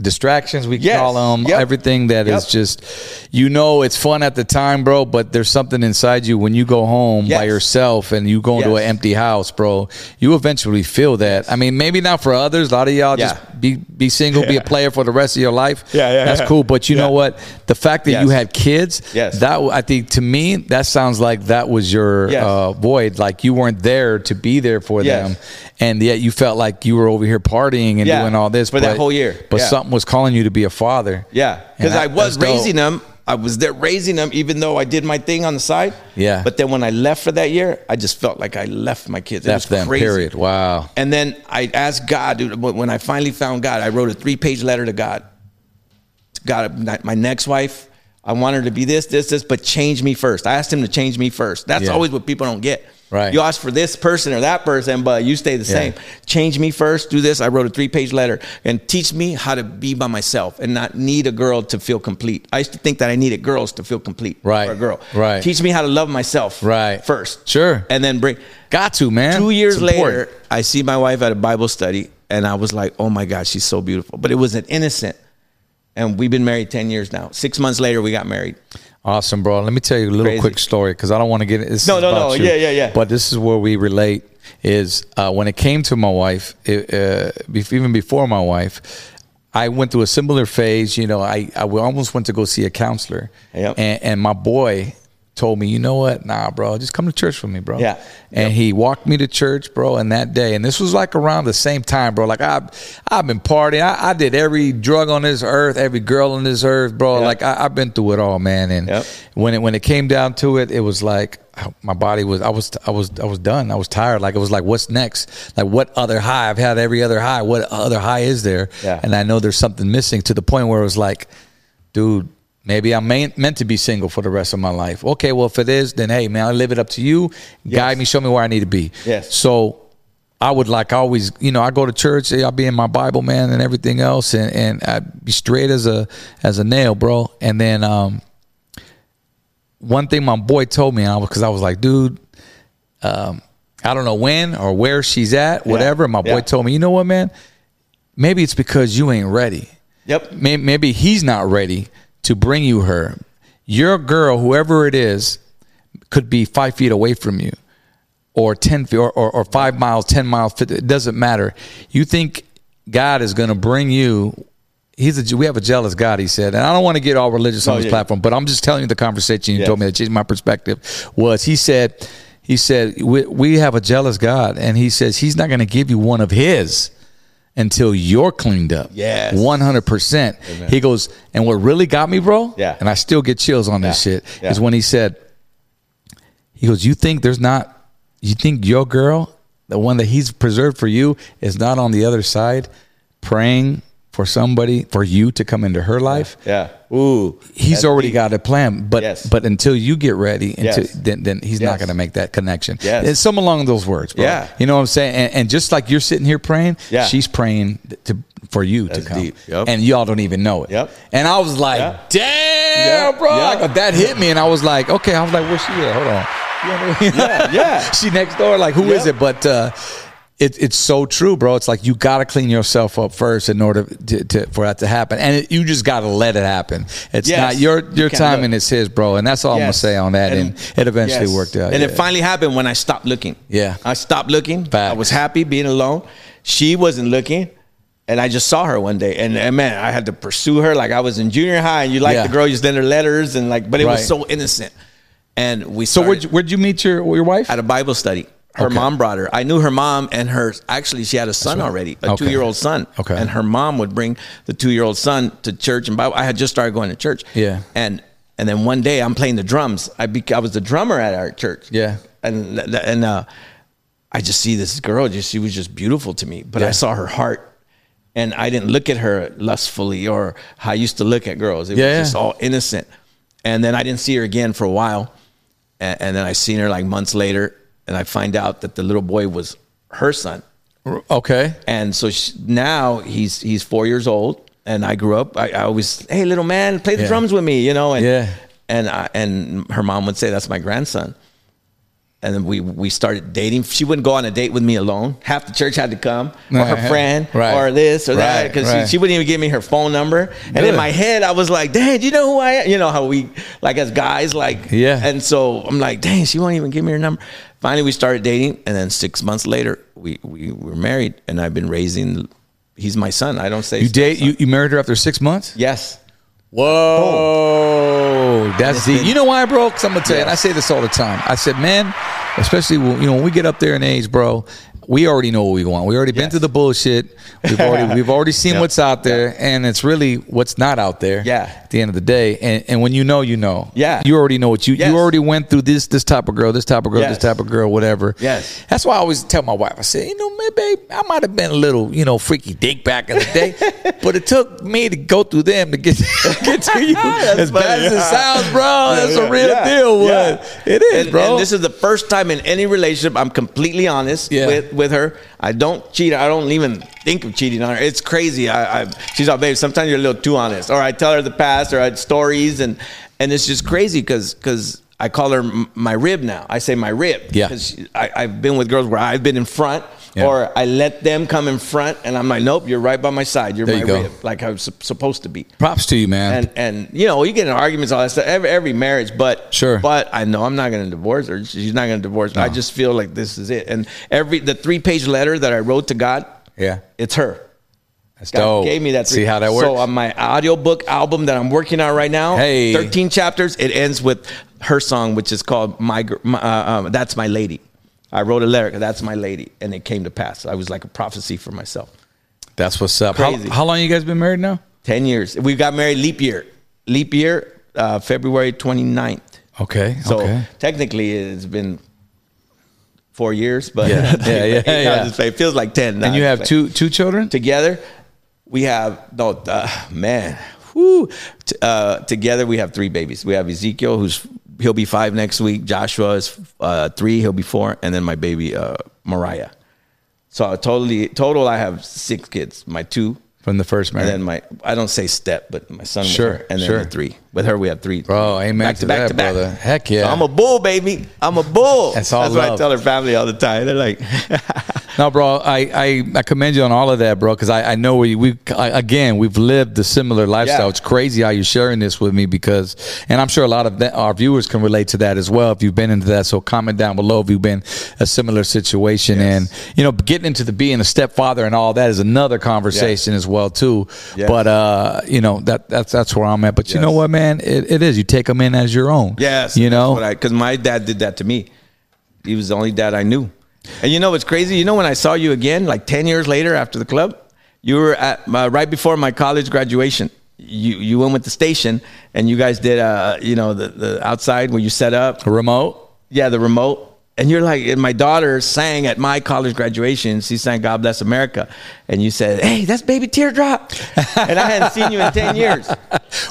distractions we
Yes.
call them.
Yep.
Everything that is
Yep.
just, you know, it's fun at the time, bro. But there's something inside you when you go home by
Yes.
yourself and you go into
Yes.
an empty house, bro. You eventually feel that. I mean, maybe not for others. A lot of y'all
Yeah.
just be be single, be a player for the rest of your life.
Yeah, yeah,
that's
yeah.
cool. But you know
Yeah.
what? The fact that you
Yes.
had kids,
Yes.
that w- I think to me that sounds like that was your
Yes.
uh, void. Like you weren't there to be there for
Yes.
them, and yet you felt like you were over here partying and
Yeah,
doing all this
for that whole year.
But
Yeah.
something was calling you to be a father.
Yeah,
And
because
that-
I was
that's dope.
raising them. I was there raising them, even though I did my thing on the side.
Yeah.
But then when I left for that year, I just felt like I left my kids. It
Left
was
them.
crazy.
Period. Wow.
And then I asked God, dude. When when I finally found God, I wrote a three-page letter to God. God, my next wife, I want her to be this, this, this, but change me first. I asked Him to change me first. That's
Yeah.
always what people don't get.
Right.
You ask for this person or that person, but you stay the
Yeah.
same. Change me first. Do this. I wrote a three-page letter and teach me how to be by myself and not need a girl to feel complete. I used to think that I needed girls to feel complete.
Right.
Or a girl.
Right.
Teach me how to love myself.
Right.
First.
Sure.
And then bring.
Got to man.
Two years
It's important.
later, I see my wife at a Bible study, and I was like, "Oh my God, she's so beautiful." But it was an innocent, and we've been married ten years now. Six months later, we got married.
Awesome, bro. Let me tell you a little
Crazy.
quick story because I don't want to get this.
No,
is
no,
about
no.
you.
Yeah, yeah, yeah.
But this is where we relate. Is uh, when it came to my wife, it, uh, bef- even before my wife, I went through a similar phase. You know, I I almost went to go see a counselor,
Yep.
and, and my boy told me, you know what, nah, bro, just come to church with me, bro.
Yeah.
And he walked me to church, bro, and that day, and this was like around the same time, bro. Like I, I've been partying. I, I did every drug on this earth, every girl on this earth, bro.
Yeah.
Like I, I've been through it all, man. And
Yep.
when it when it came down to it, it was like my body was I was I was I was done. I was tired. Like it was like, what's next? Like what other high? I've had every other high. What other high is there?
Yeah.
And I know there's something missing to the point where it was like, dude. Maybe I'm main, meant to be single for the rest of my life. Okay, well, if it is, then hey, man, I live it up to you. Guide me, show me where I need to be.
Yes.
So I would like always, you know, I go to church, eh, I'll be in my Bible, man, and everything else, and and I'd be straight as a as a nail, bro. And then um, one thing my boy told me, I was because I was like, dude, um, I don't know when or where she's at, whatever. My boy
yeah.
told me, you know what, man? Maybe it's because you ain't ready.
Yep.
May- Maybe he's not ready to bring you her. Your girl, whoever it is, could be five feet away from you, or ten feet, or, or, or five miles, ten miles. 50, it doesn't matter. You think God is going to bring you? He's a, we have a jealous God, he said, and I don't want to get all religious on
Oh,
this
yeah.
platform, but I'm just telling you the conversation you
Yes.
told me that changed my perspective. Was he said, he said we, we have a jealous God, and he says he's not going to give you one of his until you're cleaned up.
Yes.
one hundred percent. He goes, and what really got me, bro?
Yeah.
And I still get chills on this
Yeah.
shit.
Yeah.
Is when he said, he goes, you think there's not, you think your girl, the one that he's preserved for you, is not on the other side, praying for somebody for you to come into her life.
Yeah. Ooh.
He's
That's
already
deep.
got a plan, but
Yes.
but until you get ready, until,
Yes.
then then he's not
Yes.
going to make that connection.
Yes.
It's some along those words, bro.
Yeah.
you know what I'm saying. And, and just like you're sitting here praying,
Yeah.
she's praying th- to for you
That's
to come,
deep. Yep.
and y'all don't even know it.
Yep.
And I was like,
Yeah.
damn,
Yeah.
bro,
Yeah.
Like, that hit me, and I was like, okay, I was like, where's she at? Hold on. You know what I mean?
Yeah. Yeah.
she next door. Like, who is
Yeah.
it? But uh, it, it's so true, bro. It's like you got to clean yourself up first in order to, to, for that to happen, and it, you just got to let it happen. It's
Yes.
not your
You
your
can't
time,
look.
and it's his, bro. And that's all I'm gonna
Yes.
say on that. And, it eventually
yes.
worked out.
And
yeah.
it finally happened when I stopped looking.
Yeah.
I stopped looking. I
Facts.
was happy being alone. She wasn't looking. And I just saw her one day. And, and man, I had to pursue her like I was in junior high and you like
Yeah.
the girl, you send her letters and like, but it
Right.
was so innocent. And we
So where'd
started
you, where'd you meet your your wife?
at a Bible study. Her
Okay.
mom brought her. I knew her mom and her. Actually, she had a son already, a
Okay.
two-year-old son.
Okay.
And her mom would bring the two-year-old son to church and Bible. I had just started going to church.
Yeah.
And and then one day I'm playing the drums. I be, I was the drummer at our church.
Yeah.
And th- th- and uh, I just see this girl. Just she was just beautiful to me, but
Yeah.
I saw her heart. And I didn't look at her lustfully or how I used to look at girls. It
Yeah, yeah.
was just all innocent. And then I didn't see her again for a while and, and then I seen her like months later, and I find out that the little boy was her son.
Okay.
And so she, now he's he's four years old, and I grew up. I, I always, hey, little man, play the
Yeah.
drums with me, you know. And
Yeah.
and I, and her mom would say, that's my grandson. And then we we started dating. She wouldn't go on a date with me alone. Half the church had to come, or her
Right.
friend,
Uh-huh. Right.
or this or that,
Right,
because
right.
she, she wouldn't even give me her phone number. And
Good.
in my head, I was like, "Dang, do you know who I am?" You know how we like as guys, like
Yeah.
And so I'm like, "Dang, she won't even give me her number." Finally, we started dating, and then six months later, we we were married, and I've been raising. He's my son. I don't say
You
stepson.
date you, you married her after six months?
Yes.
Whoa, that's
It's
deep.
been-
You know why, bro? Because I'm gonna tell you, and I
Yes.
say this all the time. I said, man, especially when, you know when we get up there in age, bro. We already know what we want. We already been through the bullshit. We've already we've already seen what's out there, and it's really what's not out there.
Yeah.
At the end of the day, and, and when you know, you know.
Yeah.
You already know what you
Yes.
you already went through this this type of girl, this type of girl,
Yes.
this type of girl, whatever.
Yes.
That's why I always tell my wife. I said, you know, man, babe, I might have been a little, you know, freaky dick back in the day, but it took me to go through them to get get to you. as
funny.
bad as it sounds, bro, that's
Yeah,
a real
yeah,
deal. One,
yeah.
it is,
and,
bro.
and this is the first time in any relationship I'm completely honest
Yeah.
with, with her. I don't cheat. I don't even think of cheating on her. It's crazy. I, I she's like, babe, sometimes you're a little too honest. Or I tell her the past or I stories and and it's just crazy because because I call her m- my rib now. I say my rib.
Yeah.
'Cause she- I, I've been with girls where I've been in front
Yeah.
or I let them come in front and I'm like, nope, you're right by my side. You're
There
my
you go.
rib, like I'm sup- supposed to be
Props to you, man.
and and you know you get in arguments all that stuff every, every marriage but
Sure.
but i know i'm not going to divorce her she's not going to divorce me. i just feel like this is it and every the three page letter that i wrote to god
yeah,
it's her
that's
god
dope.
gave me that
See how that works.
so on my audiobook album that i'm working on right now
Hey.
13 chapters it ends with her song which is called my, Gir- my uh, um, that's my lady i wrote a letter that's my lady and it came to pass i was like a prophecy for myself
that's what's up. How,
Crazy.
how long you guys been married now?
10 years. We got married leap year. Leap year, uh, February 29th.
Okay,
So
okay.
technically it's been four years, but
Yeah, yeah, yeah, yeah.
it feels like 10. now.
And you
It's
have
like-
two two children?
Together, we have, no, uh, man, whoo. T- uh, together we have three babies. We have Ezekiel, who's, he'll be five next week. Joshua is uh, three, he'll be four. And then my baby, uh, Mariah. So totally, total, I have six kids. My two
From the first marriage.
and then my I don't say step, but my son with
Sure,
her, and then
sure.
the three. With her, we have three.
Bro, amen to that, brother. Heck yeah.
I'm a bull, baby. I'm a bull.
That's all
That's what
love.
I tell her family all the time. They're like,
No, bro, I, I, I commend you on all of that, bro, because I, I know we, we I, again, we've lived the similar lifestyle.
Yeah.
It's crazy how you're sharing this with me because, and I'm sure a lot of that, our viewers can relate to that as well if you've been into that. So comment down below if you've been a similar situation. And, you know, getting into the being a stepfather and all that is another conversation as well, too.
Yes.
But, uh, you know, that that's, that's where I'm at. But you
Yes.
know what, man? It, it is. You take them in as your own.
yes,
You know?
because my dad did that to me. He was the only dad I knew. And you know what's crazy? You know when I saw you again, like ten years later after the club, you were at my, right before my college graduation. You you went with the station, and you guys did uh you know the the outside where you set up.
Remote.
Yeah, the remote. And you're like, and my daughter sang at my college graduation. She sang "God Bless America," and you said, "Hey, that's Baby Teardrop," and I hadn't seen you in ten years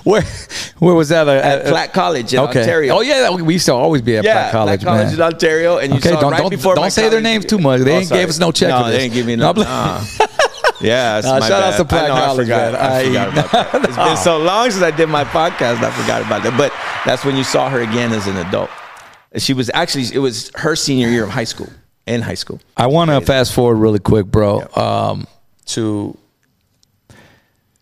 Where, where was that?
at Platt College in Ontario.
Oh yeah, we used to always be at
yeah,
Platt College,
Platt College
man.
in Ontario. And you
Okay,
saw
don't-
right
don't-
before.
don't
my
say their
college- Oh,
names too much. They ain't
sorry.
give us no check
No,
for
they
this.
didn't give me
No,
no.
I'm like-
nah. Yeah, it's
Nah,
my
shout out
bad.
to Platt
I know, I
College,
forgot.
man. I-
I forgot about that. It's been so long since I did my podcast. I forgot about that. But that's when you saw her again as an adult. She was actually it was her senior year of high school, in high school.
I want to fast forward really quick, bro. Um, to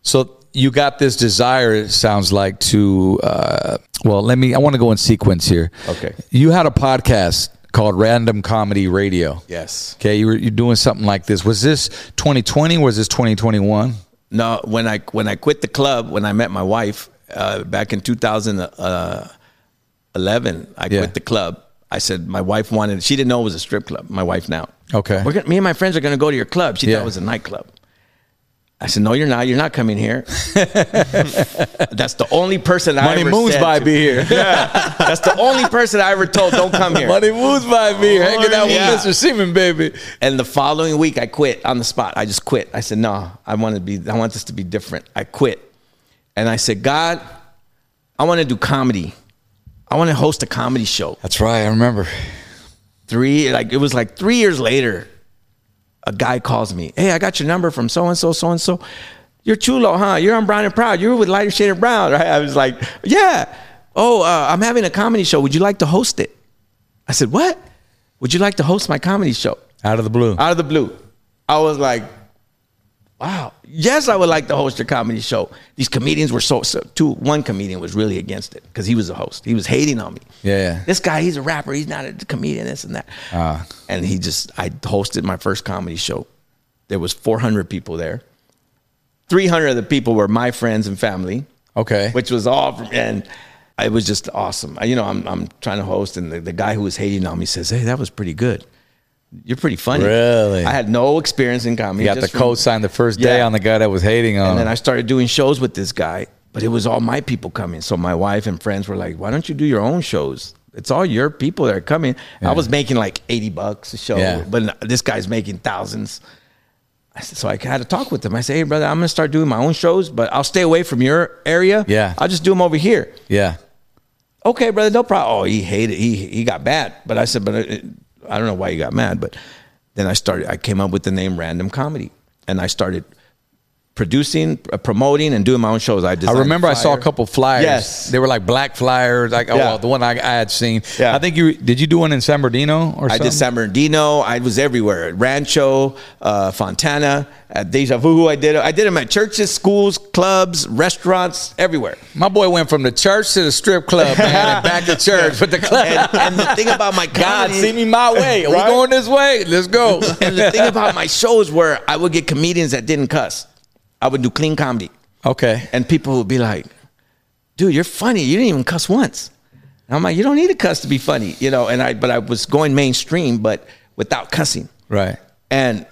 so you got this desire. It sounds like to uh, well, let me. I want to go in sequence here.
Okay.
You had a podcast called Random Comedy Radio.
Yes.
Okay, you were you doing something like this. Was this 2020? Was this 2021?
No, when I when I quit the club, when I met my wife uh, back in 2011, I
Yeah.
quit the club. I said my wife wanted. She didn't know it was a strip club. My wife now.
Okay.
We're gonna, me and my friends are gonna go to your club. She
Yeah.
thought it was a nightclub. I said, no, you're not. You're not coming here. That's the only person I
Money
ever
Moon's
said
by
to-
be here.
Yeah. That's the only person I ever told, don't come here. Oh,
Money Moon's by be here. Hanging out
Yeah.
with Mr. Seaman, baby.
And the following week, I quit on the spot. I just quit. I said, "No, I want to be. I want this to be different." I quit, and I said, "God, I want to do comedy. I want to host a comedy show."
That's right. I remember.
Three, like it was like three years later, a guy calls me. Hey, I got your number from so and so, so and so. You're Chulo, huh? You're on Brown and Proud. You were with Lighter Shade of Brown, right? I was like, "Yeah." Oh, uh, I'm having a comedy show. Would you like to host it? I said, "What? Would you like to host my comedy show?"
Out of the blue.
out of the blue. I was like, wow, yes, I would like to host a comedy show. These comedians were so, so two, one comedian was really against it because he was a host. He was hating on me.
Yeah.
This guy, he's a rapper. He's not a comedian, this and that.
Ah.
and he just, I hosted my first comedy show. There was 400 people there. 300 of the people were my friends and family
Okay.
which was all from, and it was just awesome. I- You know, I'm I'm trying to host, and the, the guy who was hating on me says, "Hey, that was pretty good. You're pretty funny."
Really?
I had no experience in comedy.
You got the
just
co sign the first day
Yeah.
on the guy that was hating on
and then
him.
I started doing shows with this guy, but it was all my people coming. So my wife and friends were like, "Why don't you do your own shows? It's all your people that are coming." I was making like eighty bucks a show,
Yeah.
but this guy's making thousands. I said, so I had to talk with him. I said, "Hey, brother, I'm gonna start doing my own shows, but I'll stay away from your area.
Yeah.
I'll just do them over here."
yeah.
okay, brother, no problem. Oh, he hated. He he got mad. But I said, but it, I don't know why he got mad. But then I started. I came up with the name Random Comedy, and I started producing, uh, promoting, and doing my own shows. I
I
designed
remember I saw a
flyer.
couple flyers.
Yes.
They were like black flyers. Like, oh,
Yeah.
well, the one I, I had seen.
Yeah.
I think you did you do one in San Bernardino or
I
something?
did San Bernardino. I was everywhere. Rancho, uh, Fontana, at Deja Vu. I did. I did them at churches, schools, clubs, restaurants, everywhere.
My boy went from the church to the strip club, man, and back to church with the club.
And, and the thing about my comedy,
God, see me my way. Are
Right?
we going this way? Let's go.
And the thing about my shows where I would get comedians that didn't cuss. I would do clean comedy.
okay.
And people would be like, dude, you're funny. You didn't even cuss once. And I'm like, you don't need to cuss to be funny, you know. And I, but I was going mainstream, but without cussing.
Right.
And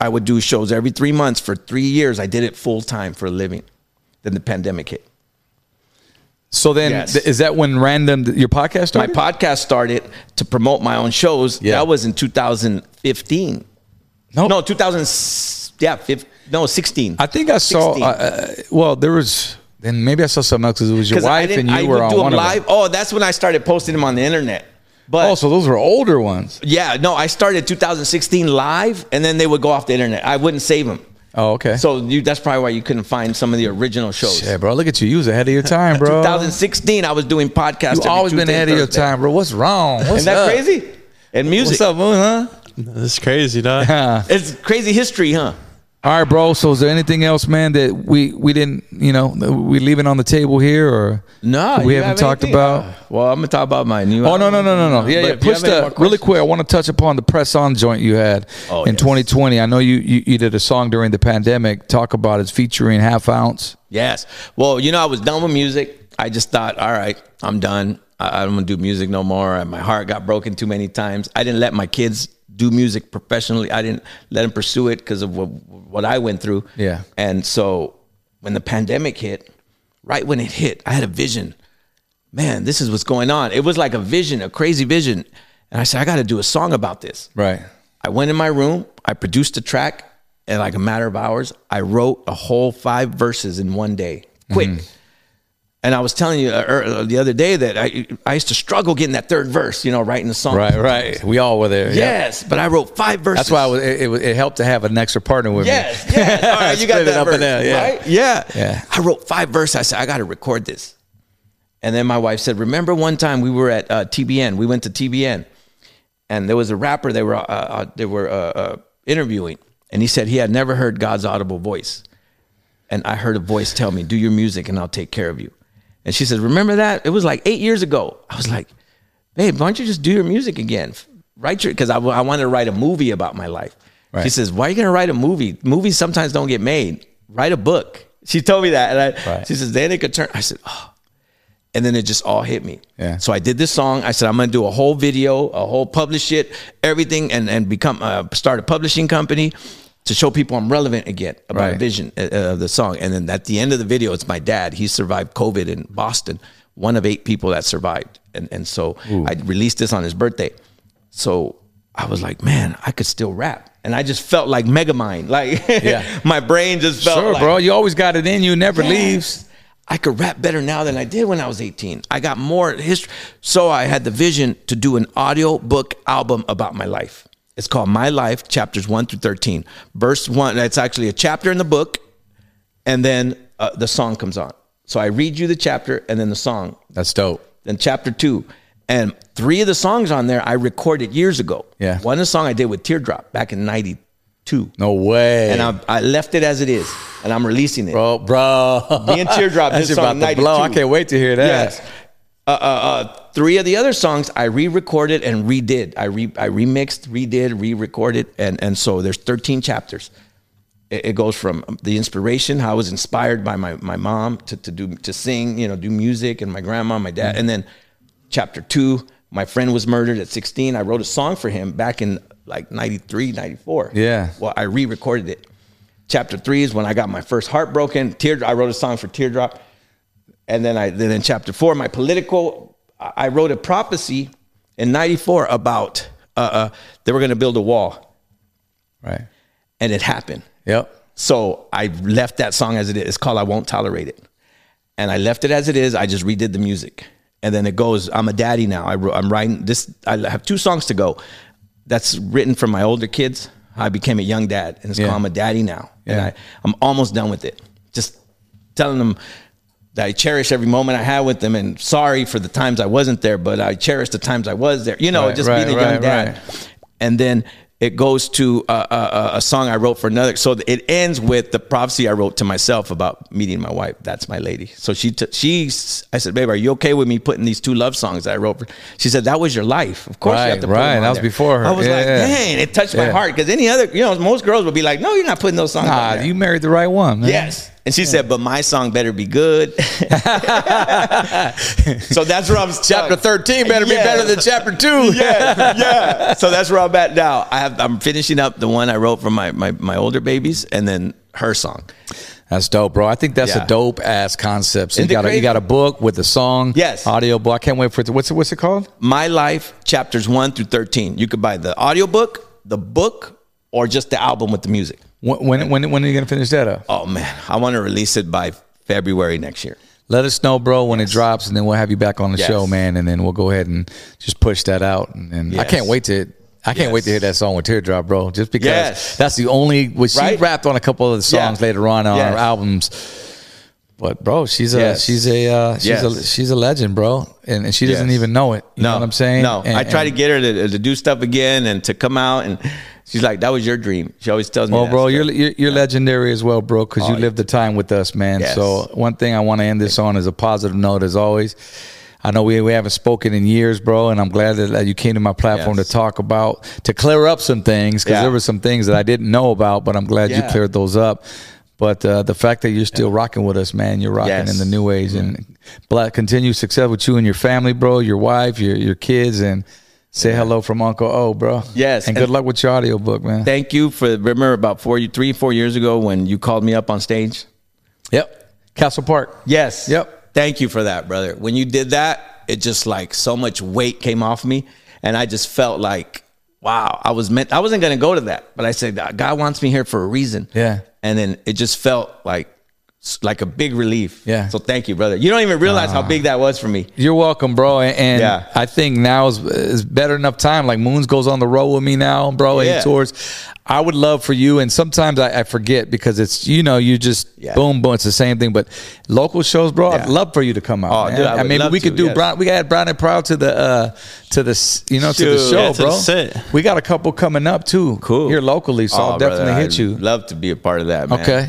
I would do shows every three months for three years. I did it full time for a living. Then the pandemic hit.
So then,
Yes.
th- is that when random your podcast
My
started?
podcast started to promote my own shows.
Yeah.
That was in 2015.
No.
no, 2000. Yeah, 15, no, 16.
I think I saw.
16.
Uh, uh, well, there was. Then maybe I saw something else because it was your
'Cause I
wife
didn't-
and you
I
were
would
on
do 'em
one
live.
of them.
Oh, that's when I started posting them on the internet. But
Oh, so those were older ones.
Yeah, no, I started 2016 live, and then they would go off the internet. I wouldn't save them.
Oh, okay.
So you, that's probably why you couldn't find some of the original shows.
yeah, bro, look at you. You was ahead of your time, bro.
2016, I was doing podcasts.
You
every
always been
Tuesday and
ahead of your
Thursday.
time, bro. What's wrong? What's
Isn't that
up?
crazy? And music.
What's up, Moon? Huh?
That's crazy, dog.
Huh.
It's crazy history, huh?
All right, bro. So is there anything else, man, that we we didn't, you know, that we leaving on the table here or
No,
we
you
haven't
have
talked
anything?
about?
Uh, well, I'm gonna talk about my new.
Oh no no
album.
no no no! Yeah
But
yeah.
if you
Push
have any more
the really
questions-
quick. I want to touch upon the press on joint you had
Oh,
in
yes.
2020. I know you, you you did a song during the pandemic. Talk about it's featuring half ounce.
Yes. Well, you know, I was done with music. I just thought, all right, I'm done. I, I don't want to do music no more. My heart got broken too many times. I didn't let my kids do music professionally. I didn't let them pursue it because of what, what I went through.
Yeah.
And so when the pandemic hit, right when it hit, I had a vision. Man, this is what's going on. It was like a vision, a crazy vision. And I said, I got to do a song about this.
Right.
I went in my room, I produced a track in like a matter of hours. I wrote a whole five verses in one day, quick.
Mm-hmm.
And I was telling you uh, er, the other day that I, I used to struggle getting that third verse, you know, writing a song.
Right right. We all were there. Yeah.
Yes, but I wrote five verses.
That's why I was, it, it, was- it helped to have an extra partner with
Yes,
me.
yes. All right, you got
Split it
that
up
verse,
and down, yeah.
right? Yeah.
Yeah.
I wrote five verses. I said, I got to record this. And then my wife said, remember one time we were at uh, TBN. We went to TBN and there was a rapper they were uh, uh, they were uh, uh, interviewing, and he said he had never heard God's audible voice, and I heard a voice tell me, "Do your music, and I'll take care of you." And she said, "Remember that? It was like eight years ago." I was like, "Babe, why don't you just do your music again? Write your because I, w- I wanted to write a movie about my life." She
Right.
says, "Why are you going to write a movie? Movies sometimes don't get made. Write a book." She told me that, and I,
Right.
she says, "Then it could turn." I said, "Oh." and then it just all hit me.
Yeah.
So I did this song. I said I'm gonna do a whole video, a whole publish it, everything, and and become uh, start a publishing company to show people I'm relevant again about
Right.
the vision uh, uh, of the song. And then at the end of the video, it's my dad. He survived COVID in Boston, one of eight people that survived. And and so I released this on his birthday. So I was like, man, I could still rap. And I just felt like Megamind. Like
Yeah.
my brain just felt
Sure,
like,
bro. You always got it in you. Never leaves.
leaves. I could rap better now than I did when I was 18. I got more history. So I had the vision to do an audio book album about my life. It's called My Life, chapters 1 through 13. Verse 1, that's actually a chapter in the book, and then uh, the song comes on. So I read you the chapter and then the song,
That's dope.
then chapter 2. And three of the songs on there I recorded years ago.
Yeah.
One song I did with Teardrop back in 92.
No way.
And I, I left it as it is, and I'm releasing it.
bro, bro.
Me and Teardrop
That's
did
about
something
to blow. I
92.
can't wait to hear that.
Yes. Uh, uh, uh, three of the other songs I re-recorded and redid. I re I remixed, redid, re-recorded, and and so there's 13 chapters. It, it goes from the inspiration, how I was inspired by my my mom to to do to sing, you know, do music, and my grandma, my dad, and then chapter two, my friend was murdered at 16. I wrote a song for him back in like 93, 94.
Yeah.
Well, I re-recorded it. Chapter three is when I got my first heartbroken. Teardrop. I wrote a song for Teardrop and then I then in chapter four, my political, I I wrote a prophecy in '94 about uh, uh, they were going to build a wall,
Right.
and it happened.
Yep.
So I left that song as it is. It's called "I Won't Tolerate It," and I left it as it is. I just redid the music, and then it goes. I'm a daddy now. I, wrote- I'm writing this. I have two songs to go. That's written for my older kids. I became a young dad, and it's
Yeah.
called "I'm a Daddy Now," and
Yeah.
I, I'm almost done with it. Just telling them that I cherish every moment I had with them, and sorry for the times I wasn't there, but I cherish the times I was there. You know,
Right,
Oh, just
right,
being a
right,
young dad
right.
and then it goes to uh, uh, uh, a song I wrote for another. So it ends with the prophecy I wrote to myself about meeting my wife. That's my lady. So she, t- she, s- I said, babe, are you okay with me putting these two love songs that I wrote? For-? She said, that was your life. Of course, you
Right,
have to put
right.
them on
That was
there."
before her.
I was
Yeah,
like,
yeah.
dang, it touched my
Yeah.
heart because any other, you know, most girls would be like, no, you're not putting those songs.
Ah,
on there.
you married the right one. Man.
Yes. And she said, but my song better be good. so that's where I'm stuck.
Chapter 13 better be
Yeah.
better than chapter 2.
yeah, yeah. So that's where I'm at now. I have I'm finishing up the one I wrote for my my, my older babies, and then her song.
That's dope, bro. I think that's
Yeah.
a dope ass concept. So you
Isn't it
got, a, you
crazy?
got a book with a song.
Yes.
Audio book. I can't wait for it. To, what's it What's it called?
My life, chapters one through thirteen. You could buy the audiobook, the book, or just the album with the music.
When, when, when, when are you going to finish that up?
Oh man, I want to release it by February next year.
Let us know, bro, when it drops, and then we'll have you back on the
Yes.
show, man. And then we'll go ahead and just push that out. And, and I
Yes.
can't wait to. I can't wait to hear that song with Teardrop, bro. Just because
Yes.
that's the only. Well, she
Right?
rapped on a couple of the
Yeah.
songs later on on her
Yes.
albums. But bro, she's a
Yes.
she's a uh, she's a
Yes.
she's a legend, bro, and, and she doesn't
Yes.
even know it. You know what I'm saying?
No,
And-
I try to
and-
get her to, to do stuff again and to come out, and she's like, "That was your dream." She always tells me,
Well,
that
bro,
stuff.
you're, you're you're legendary as well, bro, because you
yeah.
lived the time with us, man.
Yes.
So one thing I want to end this on is a positive note, as always. I know we, we haven't spoken in years, bro, and I'm glad that, that you came to my platform
Yes.
to talk about to clear up some things because
Yeah.
there were some things that I didn't know about, but I'm glad you
Yeah.
cleared those up. But uh, the fact that you're still rocking with us, man, you're rocking
Yes. Mm-hmm.
in the new ways, and black continued success with you and your family, bro, your wife, your your kids, and say hello from Uncle O, bro.
Yes,
and,
and-
good luck with your audiobook, man.
Thank you for remember about four, three, four years ago when you called me up on stage.
yep, Castle Park.
Yes.
Yep.
Thank you for that, brother. When you did that, it just like so much weight came off me, and I just felt like, wow, I was meant. I wasn't gonna go to that, but I said God wants me here for a reason.
Yeah.
And then it just felt like s- like a big relief.
Yeah. Ah.
So thank you, brother. You don't even realize how big that was for me.
You're welcome, bro. And, and
Yeah.
I think now is, is better enough time. Like Moons goes on the road with me now, bro. and He
Yeah.
tours. I would love for you. And sometimes I, I forget because it's you know you just
Yeah.
boom boom. It's the same thing. But local shows, bro. I'd
Yeah.
love for you to come out.
Oh,
man.
dude, I would
mean,
love
we could
to,
do
yes.
Brown. We got to add Brown and Proud to the uh to the s- you know to the
Shoot.
show,
Yeah,
to the
bro.
set.
We got a couple coming up too.
Cool.
Here locally, so I'll
Oh, brother,
definitely hit
I'd
you.
Love to be a part of that, man.
Okay.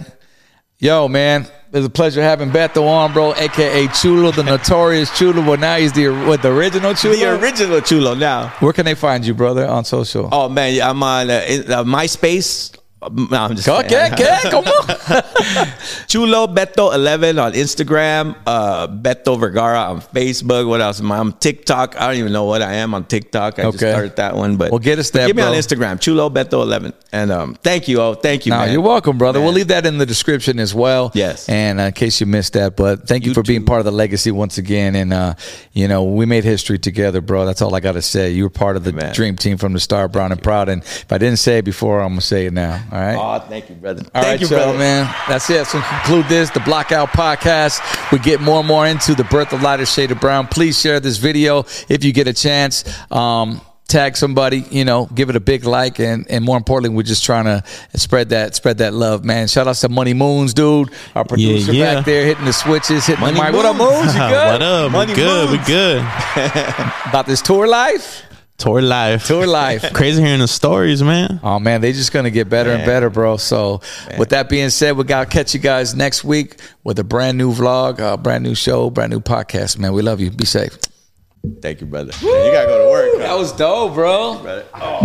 Yo, man, it's a pleasure having Bethel on, bro, aka Chulo, the notorious Chulo. Well, now he's the what the original Chulo.
The original Chulo now.
Where can they find you, brother, on social?
Oh man, I'm on uh, in- uh, MySpace. Uh, No, I'm just
Okay,
playing.
okay, come on.
Chulo Beto 11 on Instagram, uh, Beto Vergara on Facebook. What else? am I? I'm TikTok. I don't even know what I am on TikTok. I just
Okay.
started that one, but
Well, get us there,
Give me
bro.
on Instagram, Chulo Beto 11. And um, thank you, oh, thank you,
No,
man.
you're welcome, brother. We'll
Man.
leave that in the description as well.
Yes.
And uh, in case you missed that, but thank you,
You
for being
too.
part of the legacy once again. And, uh, you know, we made history together, bro. That's all I got to say. You were part of the
Amen.
dream team from the start, Brown and Proud. And if I didn't say it before, I'm going to say it now. All right.
Oh, thank you, brother.
All right,
thank you,
y'all,
brother.
man. That's it. So we conclude this, the Blockout Podcast. We get more and more into the birth of lighter shade of brown. Please share this video if you get a chance. Um, tag somebody, you know, give it a big like, and and more importantly, we're just trying to spread that spread that love, man. Shout out to Money Moons, dude, our producer
yeah.
back there hitting the switches, hitting
Money
the mic. What up,
Moons.
Moons? You good?
what up?
Money
we good.
moves.
We good.
About this tour life,
Tour life.
tour life.
Crazy hearing the stories, man.
Oh man, they just gonna get better and
Man.
better, bro. So with that being said, we gotta catch you guys next week with a brand new vlog, a brand new show, brand new podcast. Man, we love you. Be safe.
Thank you, brother. You gotta go to work. huh?
was dope, bro.
brother. Oh.